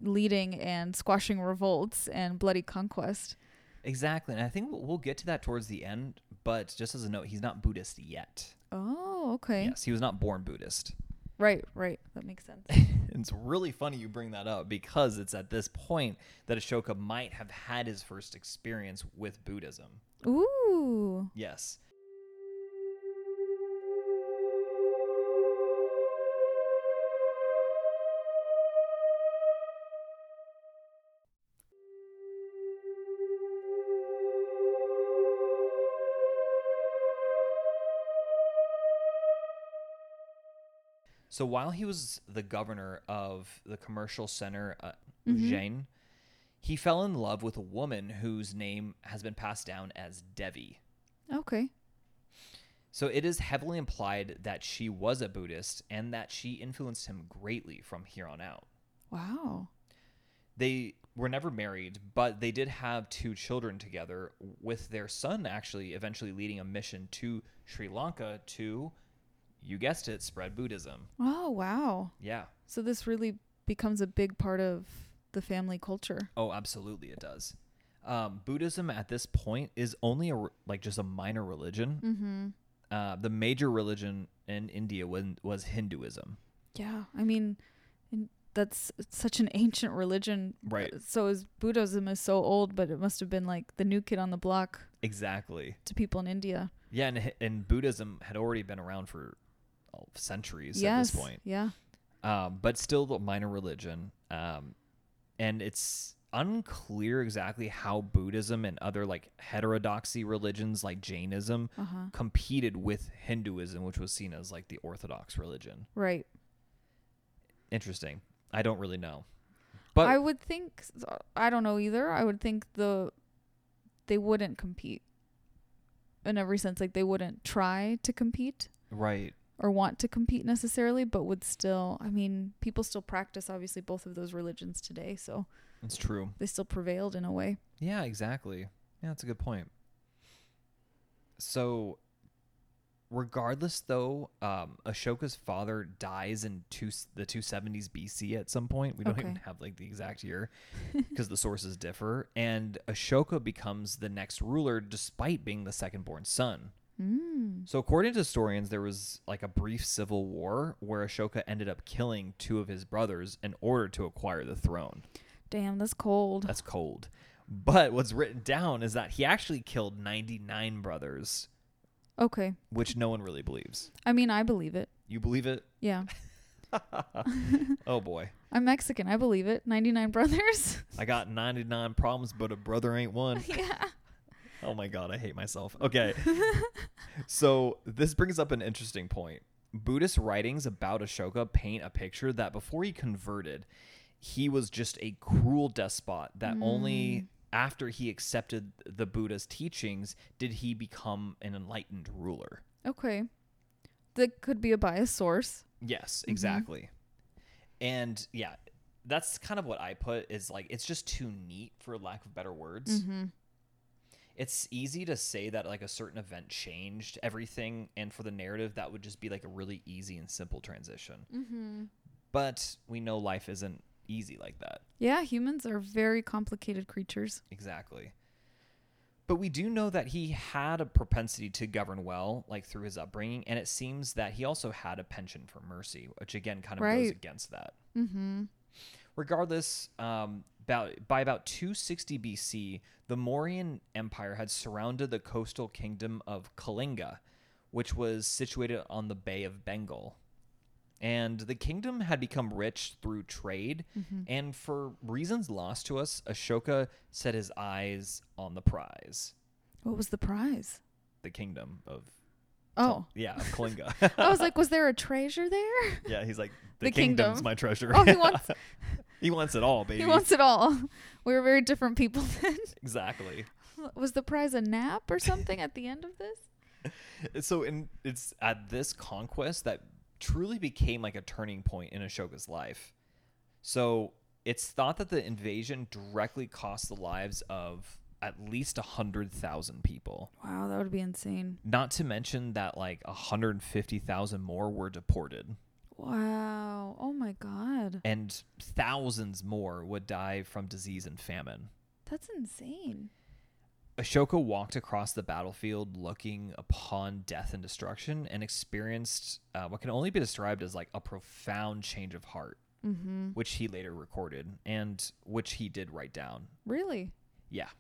[SPEAKER 1] leading and squashing revolts and bloody conquest.
[SPEAKER 2] Exactly. And I think we'll- we'll get to that towards the end, but just as a note, he's not Buddhist yet.
[SPEAKER 1] Oh, okay.
[SPEAKER 2] Yes, he was not born Buddhist.
[SPEAKER 1] Right, right. That makes sense.
[SPEAKER 2] it's really funny you bring that up because it's at this point that Ashoka might have had his first experience with Buddhism.
[SPEAKER 1] Ooh.
[SPEAKER 2] Yes. So while he was the governor of the commercial center, uh, Ujjain, he fell in love with a woman whose name has been passed down as Devi.
[SPEAKER 1] Okay.
[SPEAKER 2] So it is heavily implied that she was a Buddhist and that she influenced him greatly from here on out.
[SPEAKER 1] Wow.
[SPEAKER 2] They were never married, but they did have two children together, with their son actually eventually leading a mission to Sri Lanka to, you guessed it, spread Buddhism.
[SPEAKER 1] Oh, wow.
[SPEAKER 2] Yeah.
[SPEAKER 1] So this really becomes a big part of the family culture.
[SPEAKER 2] Oh, absolutely, it does. Um, Buddhism at this point is only a, re- like just a minor religion.
[SPEAKER 1] Mm-hmm.
[SPEAKER 2] Uh, the major religion in India was, was Hinduism.
[SPEAKER 1] Yeah. I mean, and that's it's such an ancient religion.
[SPEAKER 2] Right.
[SPEAKER 1] So is Buddhism is so old, but it must have been like the new kid on the block
[SPEAKER 2] Exactly.
[SPEAKER 1] to people in India.
[SPEAKER 2] Yeah, and, and Buddhism had already been around for oh, centuries
[SPEAKER 1] yes.
[SPEAKER 2] at this point,
[SPEAKER 1] Yeah.
[SPEAKER 2] um, but still a minor religion. Um, and it's unclear exactly how Buddhism and other like heterodoxy religions like Jainism
[SPEAKER 1] Uh-huh.
[SPEAKER 2] competed with Hinduism, which was seen as like the orthodox religion.
[SPEAKER 1] Right.
[SPEAKER 2] Interesting. I don't really know. But
[SPEAKER 1] I would think uh, I don't know either. I would think the they wouldn't compete in every sense. Like they wouldn't try to compete
[SPEAKER 2] right.
[SPEAKER 1] or want to compete necessarily, but would still. I mean, people still practice obviously both of those religions today, so
[SPEAKER 2] It's true.
[SPEAKER 1] they still prevailed in a way.
[SPEAKER 2] Yeah, exactly. Yeah, that's a good point. So, regardless, though, um, Ashoka's father dies in two, the 270s BC at some point. We don't even
[SPEAKER 1] Okay.
[SPEAKER 2] have like the exact year because the sources differ. And Ashoka becomes the next ruler despite being the second born son.
[SPEAKER 1] Mm.
[SPEAKER 2] So, according to historians, there was like a brief civil war where Ashoka ended up killing two of his brothers in order to acquire the throne.
[SPEAKER 1] Damn, that's cold.
[SPEAKER 2] That's cold. But what's written down is that he actually killed 99 brothers,
[SPEAKER 1] Okay,
[SPEAKER 2] which no one really believes.
[SPEAKER 1] I mean, I believe it.
[SPEAKER 2] You believe it?
[SPEAKER 1] Yeah,
[SPEAKER 2] Oh boy.
[SPEAKER 1] I'm Mexican. I believe it. Ninety nine brothers.
[SPEAKER 2] I got 99 problems, but a brother ain't one.
[SPEAKER 1] yeah.
[SPEAKER 2] Oh my God, I hate myself. Okay. so this brings up an interesting point. Buddhist writings about Ashoka paint a picture that before he converted, he was just a cruel despot that only after he accepted the Buddha's teachings did he become an enlightened ruler.
[SPEAKER 1] Okay, that could be a biased source.
[SPEAKER 2] Yes, exactly. And yeah, that's kind of what I put is like it's just too neat for lack of better words.
[SPEAKER 1] Mm-hmm.
[SPEAKER 2] It's easy to say that like a certain event changed everything and for the narrative that would just be like a really easy and simple transition.
[SPEAKER 1] Mm-hmm.
[SPEAKER 2] But we know life isn't easy like that.
[SPEAKER 1] Yeah, humans are very complicated creatures.
[SPEAKER 2] Exactly. But we do know that he had a propensity to govern well, like through his upbringing, and it seems that he also had a penchant for mercy, which again kind of goes
[SPEAKER 1] Right.
[SPEAKER 2] against that.
[SPEAKER 1] Mm-hmm.
[SPEAKER 2] Regardless, um, about, by about 260 BC, the Mauryan Empire had surrounded the coastal kingdom of Kalinga, which was situated on the Bay of Bengal. And the kingdom had become rich through trade,
[SPEAKER 1] Mm-hmm.
[SPEAKER 2] and for reasons lost to us, Ashoka set his eyes on the prize,
[SPEAKER 1] What was the prize?
[SPEAKER 2] the kingdom of
[SPEAKER 1] Oh,
[SPEAKER 2] yeah, of Kalinga.
[SPEAKER 1] I was like, was there a treasure there?
[SPEAKER 2] yeah, he's like the,
[SPEAKER 1] The
[SPEAKER 2] kingdom's
[SPEAKER 1] kingdom.
[SPEAKER 2] my treasure.
[SPEAKER 1] Oh, he wants
[SPEAKER 2] he wants it all, baby.
[SPEAKER 1] he wants it all. We were very different people then.
[SPEAKER 2] exactly.
[SPEAKER 1] was the prize a nap or something at the end of this?
[SPEAKER 2] so in it's at this conquest that truly became like a turning point in Ashoka's life. So it's thought that the invasion directly cost the lives of at least 100,000 people.
[SPEAKER 1] Wow, that would be insane.
[SPEAKER 2] Not to mention that like 150,000 more were deported
[SPEAKER 1] Wow. Oh my god.
[SPEAKER 2] and thousands more would die from disease and famine.
[SPEAKER 1] That's insane.
[SPEAKER 2] Ashoka walked across the battlefield looking upon death and destruction and experienced uh, what can only be described as like a profound change of heart,
[SPEAKER 1] Mhm.
[SPEAKER 2] which he later recorded and which he did write down.
[SPEAKER 1] Really?
[SPEAKER 2] Yeah.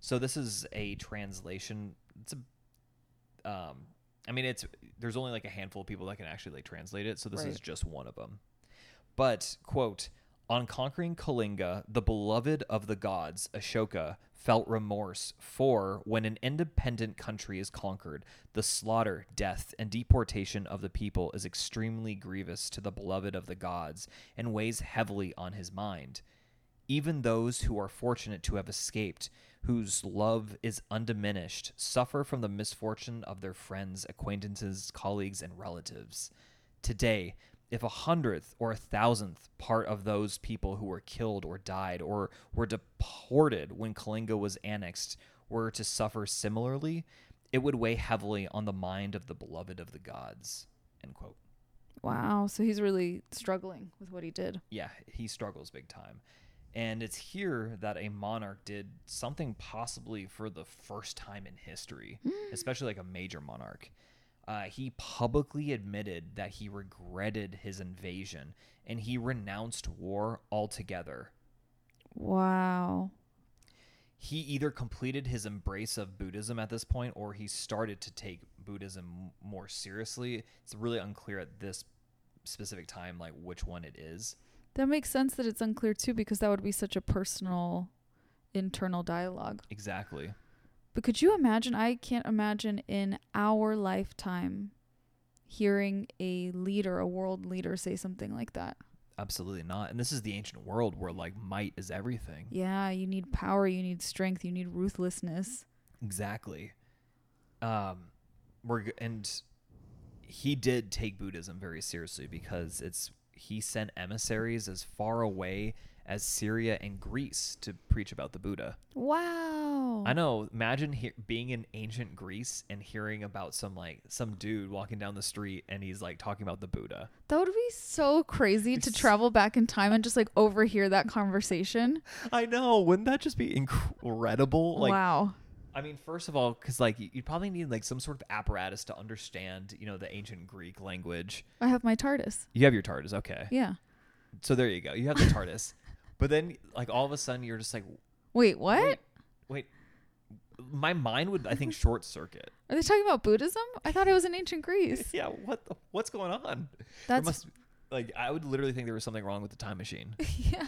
[SPEAKER 2] So this is a translation. It's a, um, I mean, it's there's only like a handful of people that can actually like translate it. So this is
[SPEAKER 1] Right.
[SPEAKER 2] just one of them. But quote, on conquering Kalinga, the beloved of the gods, Ashoka felt remorse for when an independent country is conquered, the slaughter, death, and deportation of the people is extremely grievous to the beloved of the gods and weighs heavily on his mind even those who are fortunate to have escaped, whose love is undiminished, suffer from the misfortune of their friends, acquaintances, colleagues, and relatives. Today, if a hundredth or a thousandth part of those people who were killed or died or were deported when Kalinga was annexed were to suffer similarly, it would weigh heavily on the mind of the beloved of the gods. End quote.
[SPEAKER 1] Wow. So he's really struggling with what he did.
[SPEAKER 2] yeah, he struggles big time. And it's here that a monarch did something possibly for the first time in history, especially like a major monarch. Uh, he publicly admitted that he regretted his invasion and he renounced war altogether.
[SPEAKER 1] Wow.
[SPEAKER 2] He either completed his embrace of Buddhism at this point or he started to take Buddhism m- more seriously. It's really unclear at this specific time, like which one it is.
[SPEAKER 1] That makes sense that it's unclear too, because that would be such a personal internal dialogue.
[SPEAKER 2] Exactly.
[SPEAKER 1] But could you imagine? I can't imagine in our lifetime hearing a leader, a world leader, say something like that.
[SPEAKER 2] Absolutely not. And this is the ancient world where like might is everything.
[SPEAKER 1] Yeah, you need power, you need strength, you need ruthlessness.
[SPEAKER 2] Exactly. Um we're g- and he did take Buddhism very seriously because it's he sent emissaries as far away as Syria and Greece to preach about the Buddha.
[SPEAKER 1] Wow.
[SPEAKER 2] I know, imagine he- being in ancient Greece and hearing about some like some dude walking down the street and he's like talking about the Buddha.
[SPEAKER 1] That would be so crazy to
[SPEAKER 2] It's-
[SPEAKER 1] travel back in time and just like overhear that conversation.
[SPEAKER 2] I know, wouldn't that just be incredible? Like
[SPEAKER 1] wow.
[SPEAKER 2] I mean, first of all, because like you'd probably need like some sort of apparatus to understand, you know, the ancient Greek language.
[SPEAKER 1] I have my TARDIS.
[SPEAKER 2] You have your TARDIS, okay.
[SPEAKER 1] Yeah.
[SPEAKER 2] So there you go. You have the TARDIS, but then like all of a sudden you're just like,
[SPEAKER 1] Wait, what?
[SPEAKER 2] wait, wait. My mind would, I think, short circuit.
[SPEAKER 1] Are they talking about Buddhism? I thought it was in ancient Greece.
[SPEAKER 2] Yeah, what the, what's going on? There
[SPEAKER 1] That's
[SPEAKER 2] must, like I would literally think there was something wrong with the time machine.
[SPEAKER 1] yeah.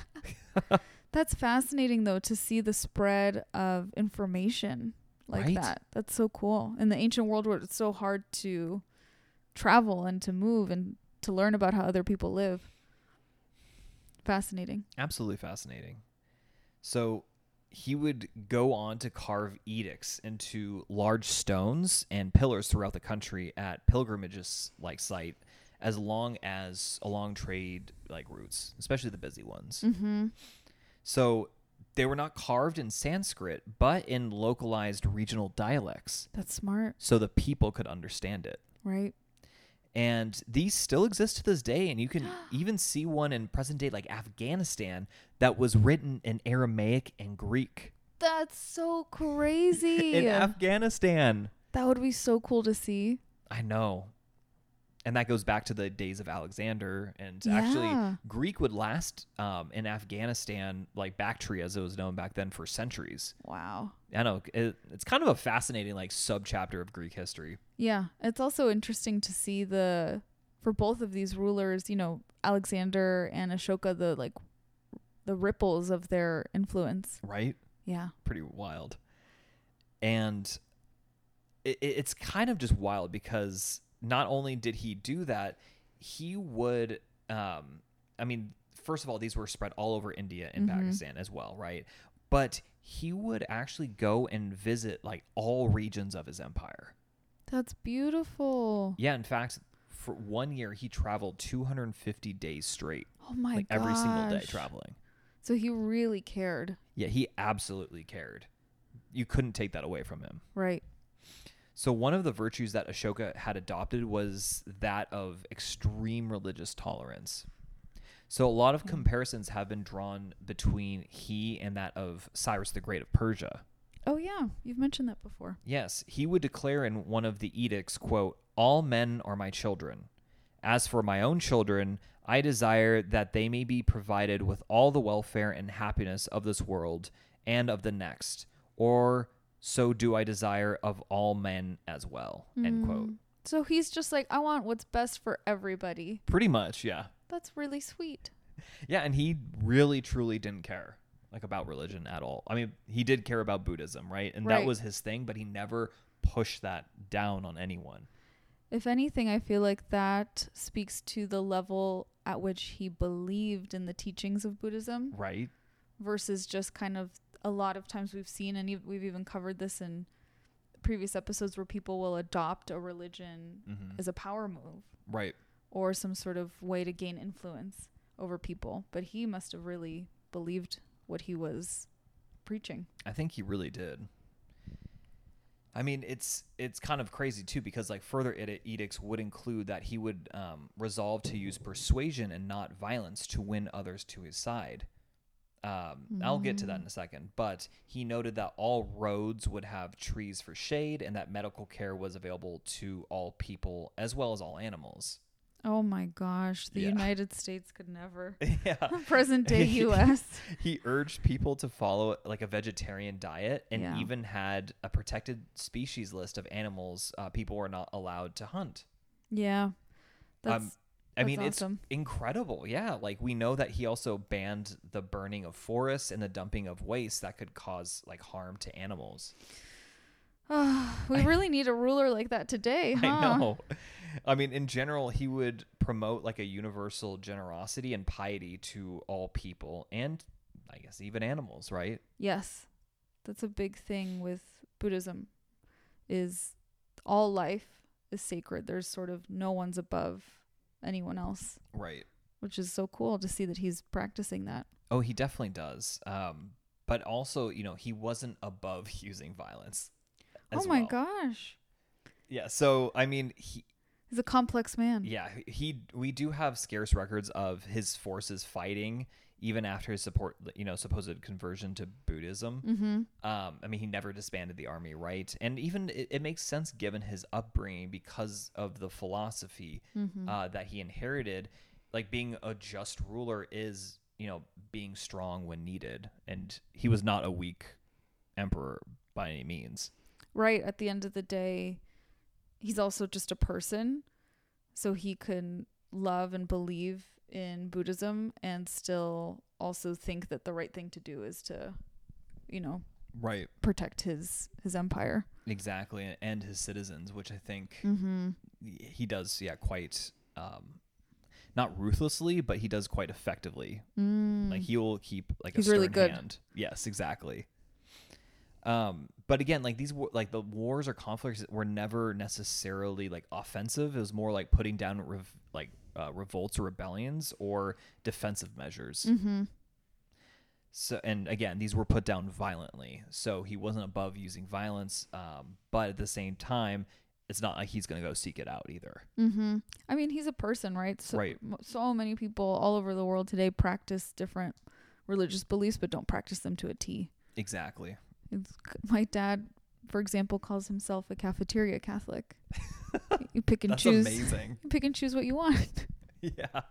[SPEAKER 1] That's fascinating though to see the spread of information like
[SPEAKER 2] Right?
[SPEAKER 1] that. That's so cool. In the ancient world where it's so hard to travel and to move and to learn about how other people live. Fascinating.
[SPEAKER 2] Absolutely fascinating. So he would go on to carve edicts into large stones and pillars throughout the country at pilgrimages like site as long as along trade like routes, especially the busy ones.
[SPEAKER 1] Mhm.
[SPEAKER 2] So they were not carved in Sanskrit, but in localized regional dialects
[SPEAKER 1] That's smart,
[SPEAKER 2] so the people could understand it.
[SPEAKER 1] right?
[SPEAKER 2] And these still exist to this day, and you can even see one in present day, like Afghanistan, that was written in Aramaic and Greek.
[SPEAKER 1] That's so crazy.
[SPEAKER 2] In Afghanistan,
[SPEAKER 1] that would be so cool to see.
[SPEAKER 2] I know, and that goes back to the days of Alexander. And actually,
[SPEAKER 1] Yeah.
[SPEAKER 2] Greek would last um, in Afghanistan, like Bactria, as it was known back then, for centuries.
[SPEAKER 1] Wow.
[SPEAKER 2] I know it, it's kind of a fascinating like subchapter of Greek history.
[SPEAKER 1] Yeah, it's also interesting to see the for both of these rulers, you know, Alexander and Ashoka, the like the ripples of their influence.
[SPEAKER 2] Right.
[SPEAKER 1] Yeah.
[SPEAKER 2] pretty wild. And it, it- it's kind of just wild because not only did he do that, he would, um, I mean, first of all, these were spread all over India and Pakistan as well, right? But he would actually go and visit like all regions of his empire.
[SPEAKER 1] That's beautiful.
[SPEAKER 2] Yeah, in fact, for one year, he traveled 250 days straight,
[SPEAKER 1] Oh my
[SPEAKER 2] like
[SPEAKER 1] god.
[SPEAKER 2] every single day traveling.
[SPEAKER 1] So he really cared.
[SPEAKER 2] Yeah, he absolutely cared. you couldn't take that away from him.
[SPEAKER 1] Right.
[SPEAKER 2] So one of the virtues that Ashoka had adopted was that of extreme religious tolerance. So a lot of comparisons have been drawn between he and that of Cyrus the Great of Persia.
[SPEAKER 1] Oh yeah, you've mentioned that before.
[SPEAKER 2] Yes, he would declare in one of the edicts, quote, "All men are my children. As for my own children, I desire that they may be provided with all the welfare and happiness of this world and of the next, or so do I desire of all men as well." End quote.
[SPEAKER 1] So he's just like, I want what's best for everybody.
[SPEAKER 2] Pretty much, yeah.
[SPEAKER 1] That's really sweet.
[SPEAKER 2] Yeah, and he really truly didn't care like about religion at all. I mean, he did care about Buddhism, right? And
[SPEAKER 1] Right.
[SPEAKER 2] that was his thing, but he never pushed that down on anyone.
[SPEAKER 1] If anything, I feel like that speaks to the level at which he believed in the teachings of Buddhism
[SPEAKER 2] Right?
[SPEAKER 1] versus just kind of a lot of times we've seen, and ev- we've even covered this in previous episodes where people will adopt a religion
[SPEAKER 2] Mm-hmm.
[SPEAKER 1] as a power move
[SPEAKER 2] Right.
[SPEAKER 1] or some sort of way to gain influence over people. But he must have really believed what he was preaching.
[SPEAKER 2] I think he really did. I mean, it's it's kind of crazy too because like further edi- edicts would include that he would um, resolve to use persuasion and not violence to win others to his side. Um, I'll get to that in a second, but he noted that all roads would have trees for shade and that medical care was available to all people as well as all animals.
[SPEAKER 1] Oh my gosh, the
[SPEAKER 2] Yeah.
[SPEAKER 1] United States could never.
[SPEAKER 2] yeah.
[SPEAKER 1] Present day
[SPEAKER 2] He-
[SPEAKER 1] US.
[SPEAKER 2] He urged people to follow like a vegetarian diet and
[SPEAKER 1] Yeah.
[SPEAKER 2] even had a protected species list of animals uh, people were not allowed to hunt.
[SPEAKER 1] Yeah. That's
[SPEAKER 2] Um, I
[SPEAKER 1] that's
[SPEAKER 2] mean,
[SPEAKER 1] awesome.
[SPEAKER 2] it's incredible. Yeah. Like, we know that he also banned the burning of forests and the dumping of waste that could cause like harm to animals.
[SPEAKER 1] we really need a ruler like that today, huh?
[SPEAKER 2] I know. I mean, in general, he would promote like a universal generosity and piety to all people and I guess even animals, right?
[SPEAKER 1] Yes. That's a big thing with Buddhism is all life is sacred. There's sort of no one's above anyone else,
[SPEAKER 2] Right.
[SPEAKER 1] which is so cool to see that he's practicing that.
[SPEAKER 2] Oh, he definitely does. Um, but also, you know, he wasn't above using violence. as
[SPEAKER 1] oh my
[SPEAKER 2] well.
[SPEAKER 1] gosh.
[SPEAKER 2] Yeah. So I mean, he,
[SPEAKER 1] He's a complex man.
[SPEAKER 2] yeah, he. We do have scarce records of his forces fighting even after his support, you know, supposed conversion to Buddhism.
[SPEAKER 1] Mm-hmm.
[SPEAKER 2] Um, I mean, he never disbanded the army, right? And even it, it makes sense given his upbringing because of the philosophy
[SPEAKER 1] mm-hmm.
[SPEAKER 2] uh, that he inherited. Like being a just ruler is, you know, being strong when needed, and he was not a weak emperor by any means.
[SPEAKER 1] right at the end of the day he's also just a person so he can love and believe in buddhism and still also think that the right thing to do is to you know
[SPEAKER 2] Right.
[SPEAKER 1] protect his his empire
[SPEAKER 2] Exactly, and his citizens, which I think
[SPEAKER 1] mm-hmm.
[SPEAKER 2] he does, yeah, quite. Um, not ruthlessly, but he does quite effectively Like he will keep like
[SPEAKER 1] Mm. He's
[SPEAKER 2] a stern
[SPEAKER 1] really good.
[SPEAKER 2] hand. Yes, exactly. Um, but again, like these wa- like the wars or conflicts were never necessarily like offensive. It was more like putting down rev- like uh, revolts or rebellions or defensive measures.
[SPEAKER 1] Mm-hmm.
[SPEAKER 2] So and again, these were put down violently. So he wasn't above using violence, um, but at the same time, it's not like he's going to go seek it out either.
[SPEAKER 1] Mm-hmm. i mean he's a person right so,
[SPEAKER 2] Right.
[SPEAKER 1] mo- so many people all over the world today practice different religious beliefs but don't practice them to a t
[SPEAKER 2] Exactly.
[SPEAKER 1] It's, c- my dad, for example, calls himself a cafeteria Catholic. you pick and
[SPEAKER 2] That's
[SPEAKER 1] choose.
[SPEAKER 2] amazing.
[SPEAKER 1] You pick and choose what you want.
[SPEAKER 2] yeah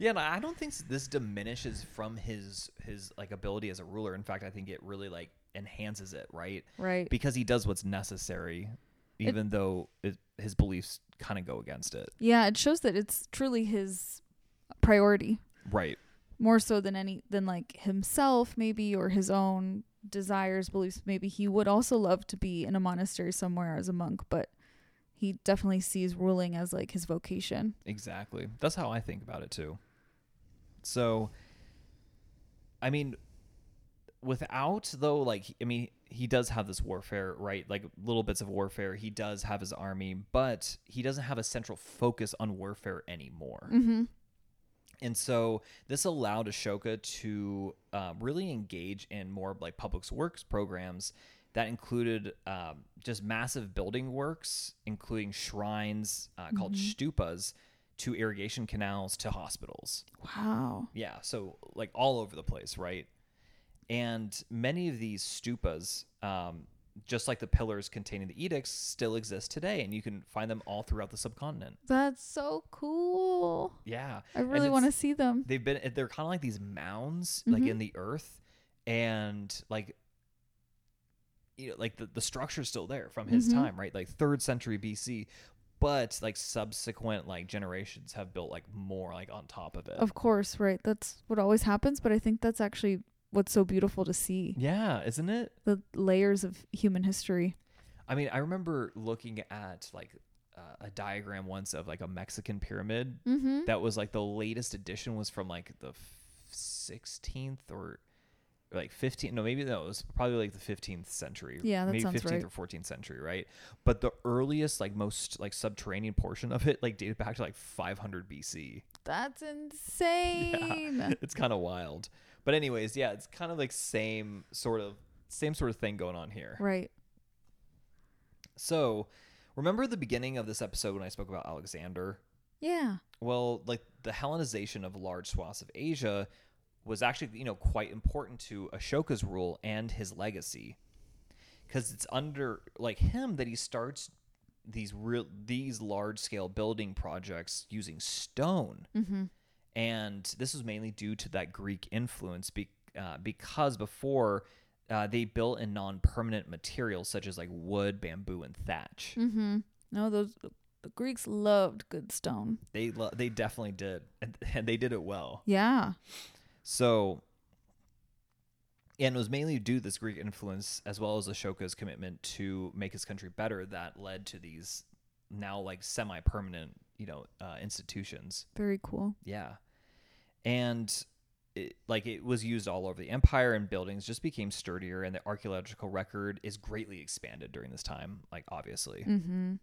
[SPEAKER 2] yeah and i don't think this diminishes from his his like ability as a ruler in fact i think it really like enhances it right
[SPEAKER 1] Right.
[SPEAKER 2] because he does what's necessary even though it, his beliefs kind of go against it
[SPEAKER 1] yeah, it shows that it's truly his priority
[SPEAKER 2] right
[SPEAKER 1] more so than any than like himself maybe or his own desires, beliefs. Maybe he would also love to be in a monastery somewhere as a monk, but he definitely sees ruling as like his vocation.
[SPEAKER 2] Exactly. That's how I think about it too. So I mean without though like I mean he does have this warfare, right? Like little bits of warfare. He does have his army, but he doesn't have a central focus on warfare anymore.
[SPEAKER 1] Mm-hmm.
[SPEAKER 2] And so this allowed Ashoka to um, really engage in more like public works programs that included um, just massive building works, including shrines uh, called stupas to irrigation canals to hospitals.
[SPEAKER 1] Wow.
[SPEAKER 2] Yeah, so like all over the place, right? And many of these stupas, um, just like the pillars containing the edicts, still exist today, and you can find them all throughout the subcontinent.
[SPEAKER 1] That's so cool.
[SPEAKER 2] Yeah,
[SPEAKER 1] I really want to see them.
[SPEAKER 2] They've been they're kind of like these mounds, like in the earth, and like you know, like the the structure's still there from his time, right? Like third century BC. But like subsequent like generations have built like more like on top of it.
[SPEAKER 1] Of course, right. That's what always happens, but I think that's actually what's so beautiful to see.
[SPEAKER 2] yeah, isn't it?
[SPEAKER 1] The layers of human history.
[SPEAKER 2] I mean, I remember looking at like uh, a diagram once of like a Mexican pyramid
[SPEAKER 1] Mhm.
[SPEAKER 2] that was like the latest edition was from like the sixteenth or or, like 15 no maybe no it was probably like the 15th century
[SPEAKER 1] Yeah, that
[SPEAKER 2] maybe
[SPEAKER 1] sounds
[SPEAKER 2] 15th
[SPEAKER 1] right.
[SPEAKER 2] or 14th century right but the earliest like most like subterranean portion of it like dated back to like 500 bc
[SPEAKER 1] That's insane.
[SPEAKER 2] it's kind of wild but anyways yeah it's kind of like same sort of same sort of thing going on here
[SPEAKER 1] Right.
[SPEAKER 2] So, remember the beginning of this episode when I spoke about Alexander?
[SPEAKER 1] Yeah.
[SPEAKER 2] Well, like the Hellenization of large swaths of Asia was actually, you know, quite important to Ashoka's rule and his legacy. Cuz it's under like him that he starts these real these large-scale building projects using stone. And this was mainly due to that Greek influence be, uh, because before uh, they built in non-permanent materials such as like wood, bamboo, and thatch.
[SPEAKER 1] Mm-hmm. No, those the Greeks loved good stone.
[SPEAKER 2] They lo- they definitely did, and, and they did it well.
[SPEAKER 1] Yeah.
[SPEAKER 2] So, and it was mainly due to this Greek influence as well as Ashoka's commitment to make his country better that led to these now like semi-permanent, you know, uh, institutions.
[SPEAKER 1] Very cool.
[SPEAKER 2] Yeah, and. It, like it was used all over the empire and buildings just became sturdier and the archaeological record is greatly expanded during this time like obviously
[SPEAKER 1] Mm-hmm.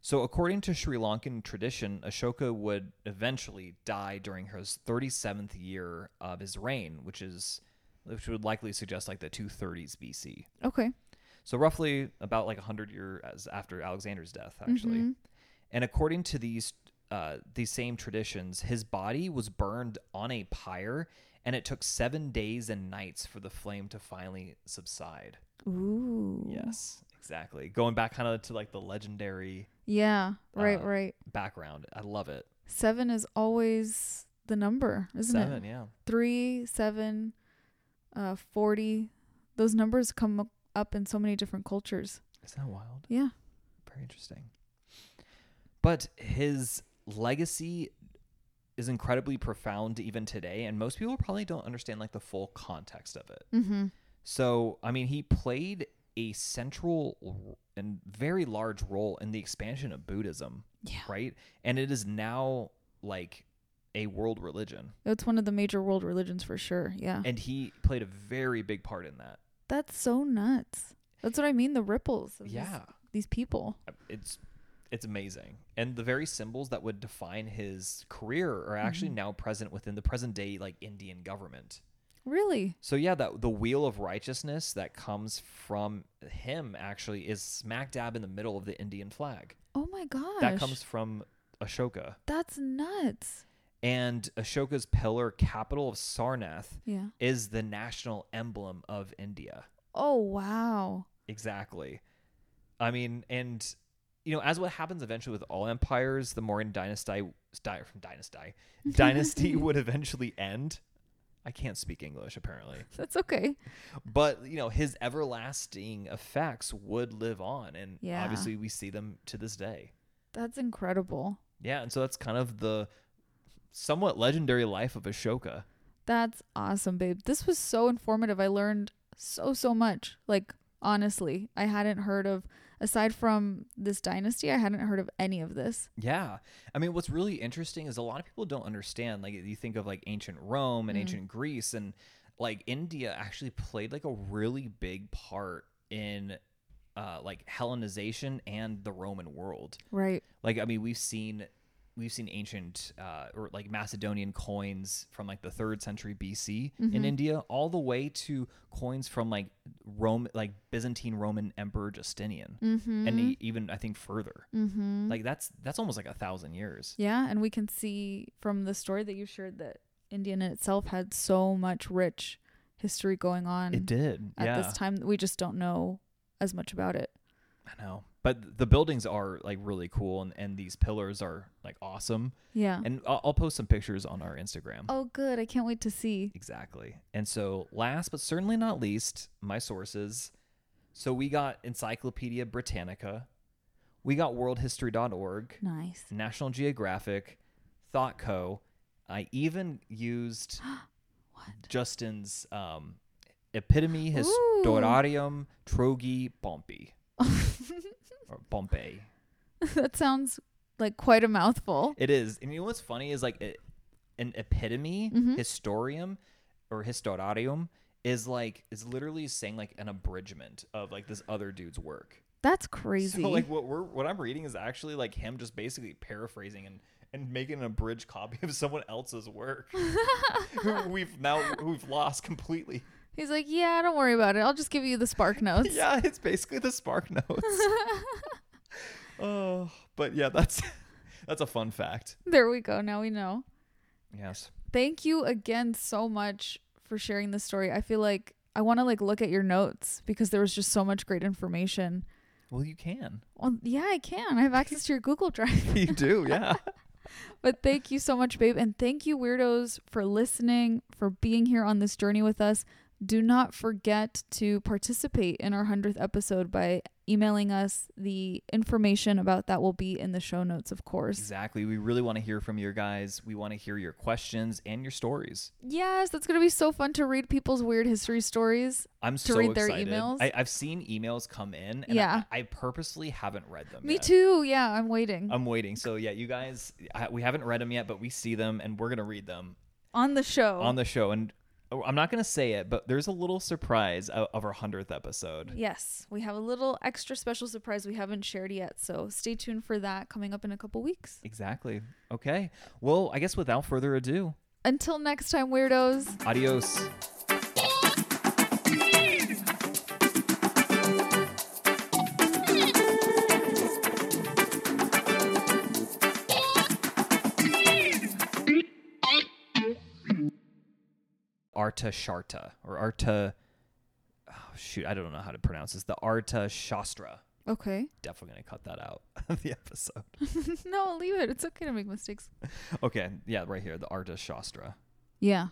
[SPEAKER 2] So, according to Sri Lankan tradition, Ashoka would eventually die during his 37th year of his reign, which is which would likely suggest like the 230s BC.
[SPEAKER 1] Okay.
[SPEAKER 2] So, roughly about like 100 years after Alexander's death, actually. And according to these uh, these same traditions, his body was burned on a pyre, and it took seven days and nights for the flame to finally subside.
[SPEAKER 1] Ooh.
[SPEAKER 2] Yes, exactly. Going back kind of to like the legendary
[SPEAKER 1] Yeah. Right.
[SPEAKER 2] Uh,
[SPEAKER 1] right.
[SPEAKER 2] background, I love it.
[SPEAKER 1] Seven is always the number, isn't it?
[SPEAKER 2] Seven, yeah.
[SPEAKER 1] three, seven, uh, 40. Those numbers come up- up in so many different cultures.
[SPEAKER 2] Isn't that wild?
[SPEAKER 1] Yeah.
[SPEAKER 2] Very interesting. But his legacy is incredibly profound even today, and most people probably don't understand like the full context of it.
[SPEAKER 1] Mm-hmm.
[SPEAKER 2] So, I mean, he played a central r- and very large role in the expansion of Buddhism,
[SPEAKER 1] Yeah.
[SPEAKER 2] right? And it is now like a world religion,
[SPEAKER 1] It's one of the major world religions for sure. Yeah.
[SPEAKER 2] and he played a very big part in that.
[SPEAKER 1] That's so nuts. That's what I mean. The ripples. Of these-
[SPEAKER 2] Yeah.
[SPEAKER 1] These, people.
[SPEAKER 2] it's it's amazing and the very symbols that would define his career are actually now present within the present day like indian government
[SPEAKER 1] Really?
[SPEAKER 2] so yeah that the wheel of righteousness that comes from him actually is smack dab in the middle of the indian flag
[SPEAKER 1] Oh my gosh.
[SPEAKER 2] that comes from ashoka
[SPEAKER 1] That's nuts.
[SPEAKER 2] and ashoka's pillar capital of sarnath
[SPEAKER 1] Yeah.
[SPEAKER 2] is the national emblem of india
[SPEAKER 1] Oh wow.
[SPEAKER 2] Exactly. I mean, and you know, as what happens eventually with all empires, the Mauryan dynasty di- from dynasty dynasty would eventually end. I can't speak English apparently,
[SPEAKER 1] That's okay.
[SPEAKER 2] but you know, his everlasting effects would live on, and
[SPEAKER 1] Yeah.
[SPEAKER 2] obviously we see them to this day.
[SPEAKER 1] That's incredible.
[SPEAKER 2] Yeah, and so that's kind of the somewhat legendary life of Ashoka.
[SPEAKER 1] That's awesome, babe. This was so informative. I learned so, so much. Like, honestly, I hadn't heard of, aside from this dynasty, I hadn't heard of any of this.
[SPEAKER 2] Yeah. I mean, what's really interesting is a lot of people don't understand. Like, you think of like ancient Rome and ancient Greece, and like India actually played like a really big part in uh, like Hellenization and the Roman world.
[SPEAKER 1] Right.
[SPEAKER 2] Like, I mean, we've seen we've seen ancient uh, or like Macedonian coins from like the third century BC in India, all the way to coins from like Rome, like Byzantine Roman Emperor Justinian,
[SPEAKER 1] Mm-hmm.
[SPEAKER 2] and e- even I think further. Mm-hmm. Like that's that's almost like a thousand years.
[SPEAKER 1] Yeah, and we can see from the story that you shared that India in itself had so much rich history going on
[SPEAKER 2] It did
[SPEAKER 1] at
[SPEAKER 2] yeah.
[SPEAKER 1] this time. We just don't know as much about it.
[SPEAKER 2] I know. But the buildings are like really cool, and, and these pillars are like awesome.
[SPEAKER 1] Yeah.
[SPEAKER 2] And I'll, I'll post some pictures on our Instagram.
[SPEAKER 1] oh, good. I can't wait to see.
[SPEAKER 2] Exactly. And so, last but certainly not least, my sources. So, we got Encyclopedia Britannica, we got worldhistory.org,
[SPEAKER 1] Nice.
[SPEAKER 2] National Geographic, Thought Co. I even used Justin's um, Epitome Historiarum Trogi Pompeii. or Pompeii.
[SPEAKER 1] that sounds like quite a mouthful.
[SPEAKER 2] It is. And you know what's funny is like it, an epitome historium or historiarium is like is literally saying like an abridgment of like this other dude's work.
[SPEAKER 1] That's crazy.
[SPEAKER 2] So like what we're what I'm reading is actually like him just basically paraphrasing and and making an abridged copy of someone else's work who we've now who we've lost completely.
[SPEAKER 1] He's like, yeah, don't worry about it. I'll just give you the spark notes.
[SPEAKER 2] Yeah, it's basically the spark notes. oh, but yeah, that's that's a fun fact.
[SPEAKER 1] There we go. Now we know.
[SPEAKER 2] Yes.
[SPEAKER 1] Thank you again so much for sharing this story. I feel like I want to like look at your notes because there was just so much great information.
[SPEAKER 2] Well, you can.
[SPEAKER 1] Well, yeah, I can. I have access to your Google Drive.
[SPEAKER 2] You do, yeah.
[SPEAKER 1] But thank you so much, babe. And thank you, weirdos, for listening, for being here on this journey with us. Do not forget to participate in our 100th episode by emailing us. The information about that will be in the show notes, of course.
[SPEAKER 2] Exactly. We really want to hear from you guys. We want to hear your questions and your stories.
[SPEAKER 1] Yes, that's going to be so fun to read people's weird history stories.
[SPEAKER 2] I'm so
[SPEAKER 1] read their
[SPEAKER 2] excited.
[SPEAKER 1] emails?
[SPEAKER 2] I, I've seen emails come in. And
[SPEAKER 1] Yeah.
[SPEAKER 2] I, I purposely haven't read them.
[SPEAKER 1] Me
[SPEAKER 2] yet.
[SPEAKER 1] too. Yeah, I'm waiting.
[SPEAKER 2] I'm waiting. So yeah, you guys, I, we haven't read them yet, but we see them and we're gonna read them
[SPEAKER 1] on the show.
[SPEAKER 2] on the show. And oh, I'm not gonna say it, but there's a little surprise of, of our hundredth episode.
[SPEAKER 1] yes, we have a little extra special surprise we haven't shared yet. So stay tuned for that coming up in a couple weeks.
[SPEAKER 2] Exactly. Okay. Well, I guess without further ado,
[SPEAKER 1] Until next time, weirdos.
[SPEAKER 2] adios. Arta Sharta or Arta. Oh, shoot, I don't know how to pronounce this. The Arta Shastra.
[SPEAKER 1] Okay.
[SPEAKER 2] Definitely gonna cut that out of the episode.
[SPEAKER 1] no, leave it. It's okay to make mistakes.
[SPEAKER 2] Okay, yeah, right here, the Arta Shastra.
[SPEAKER 1] Yeah.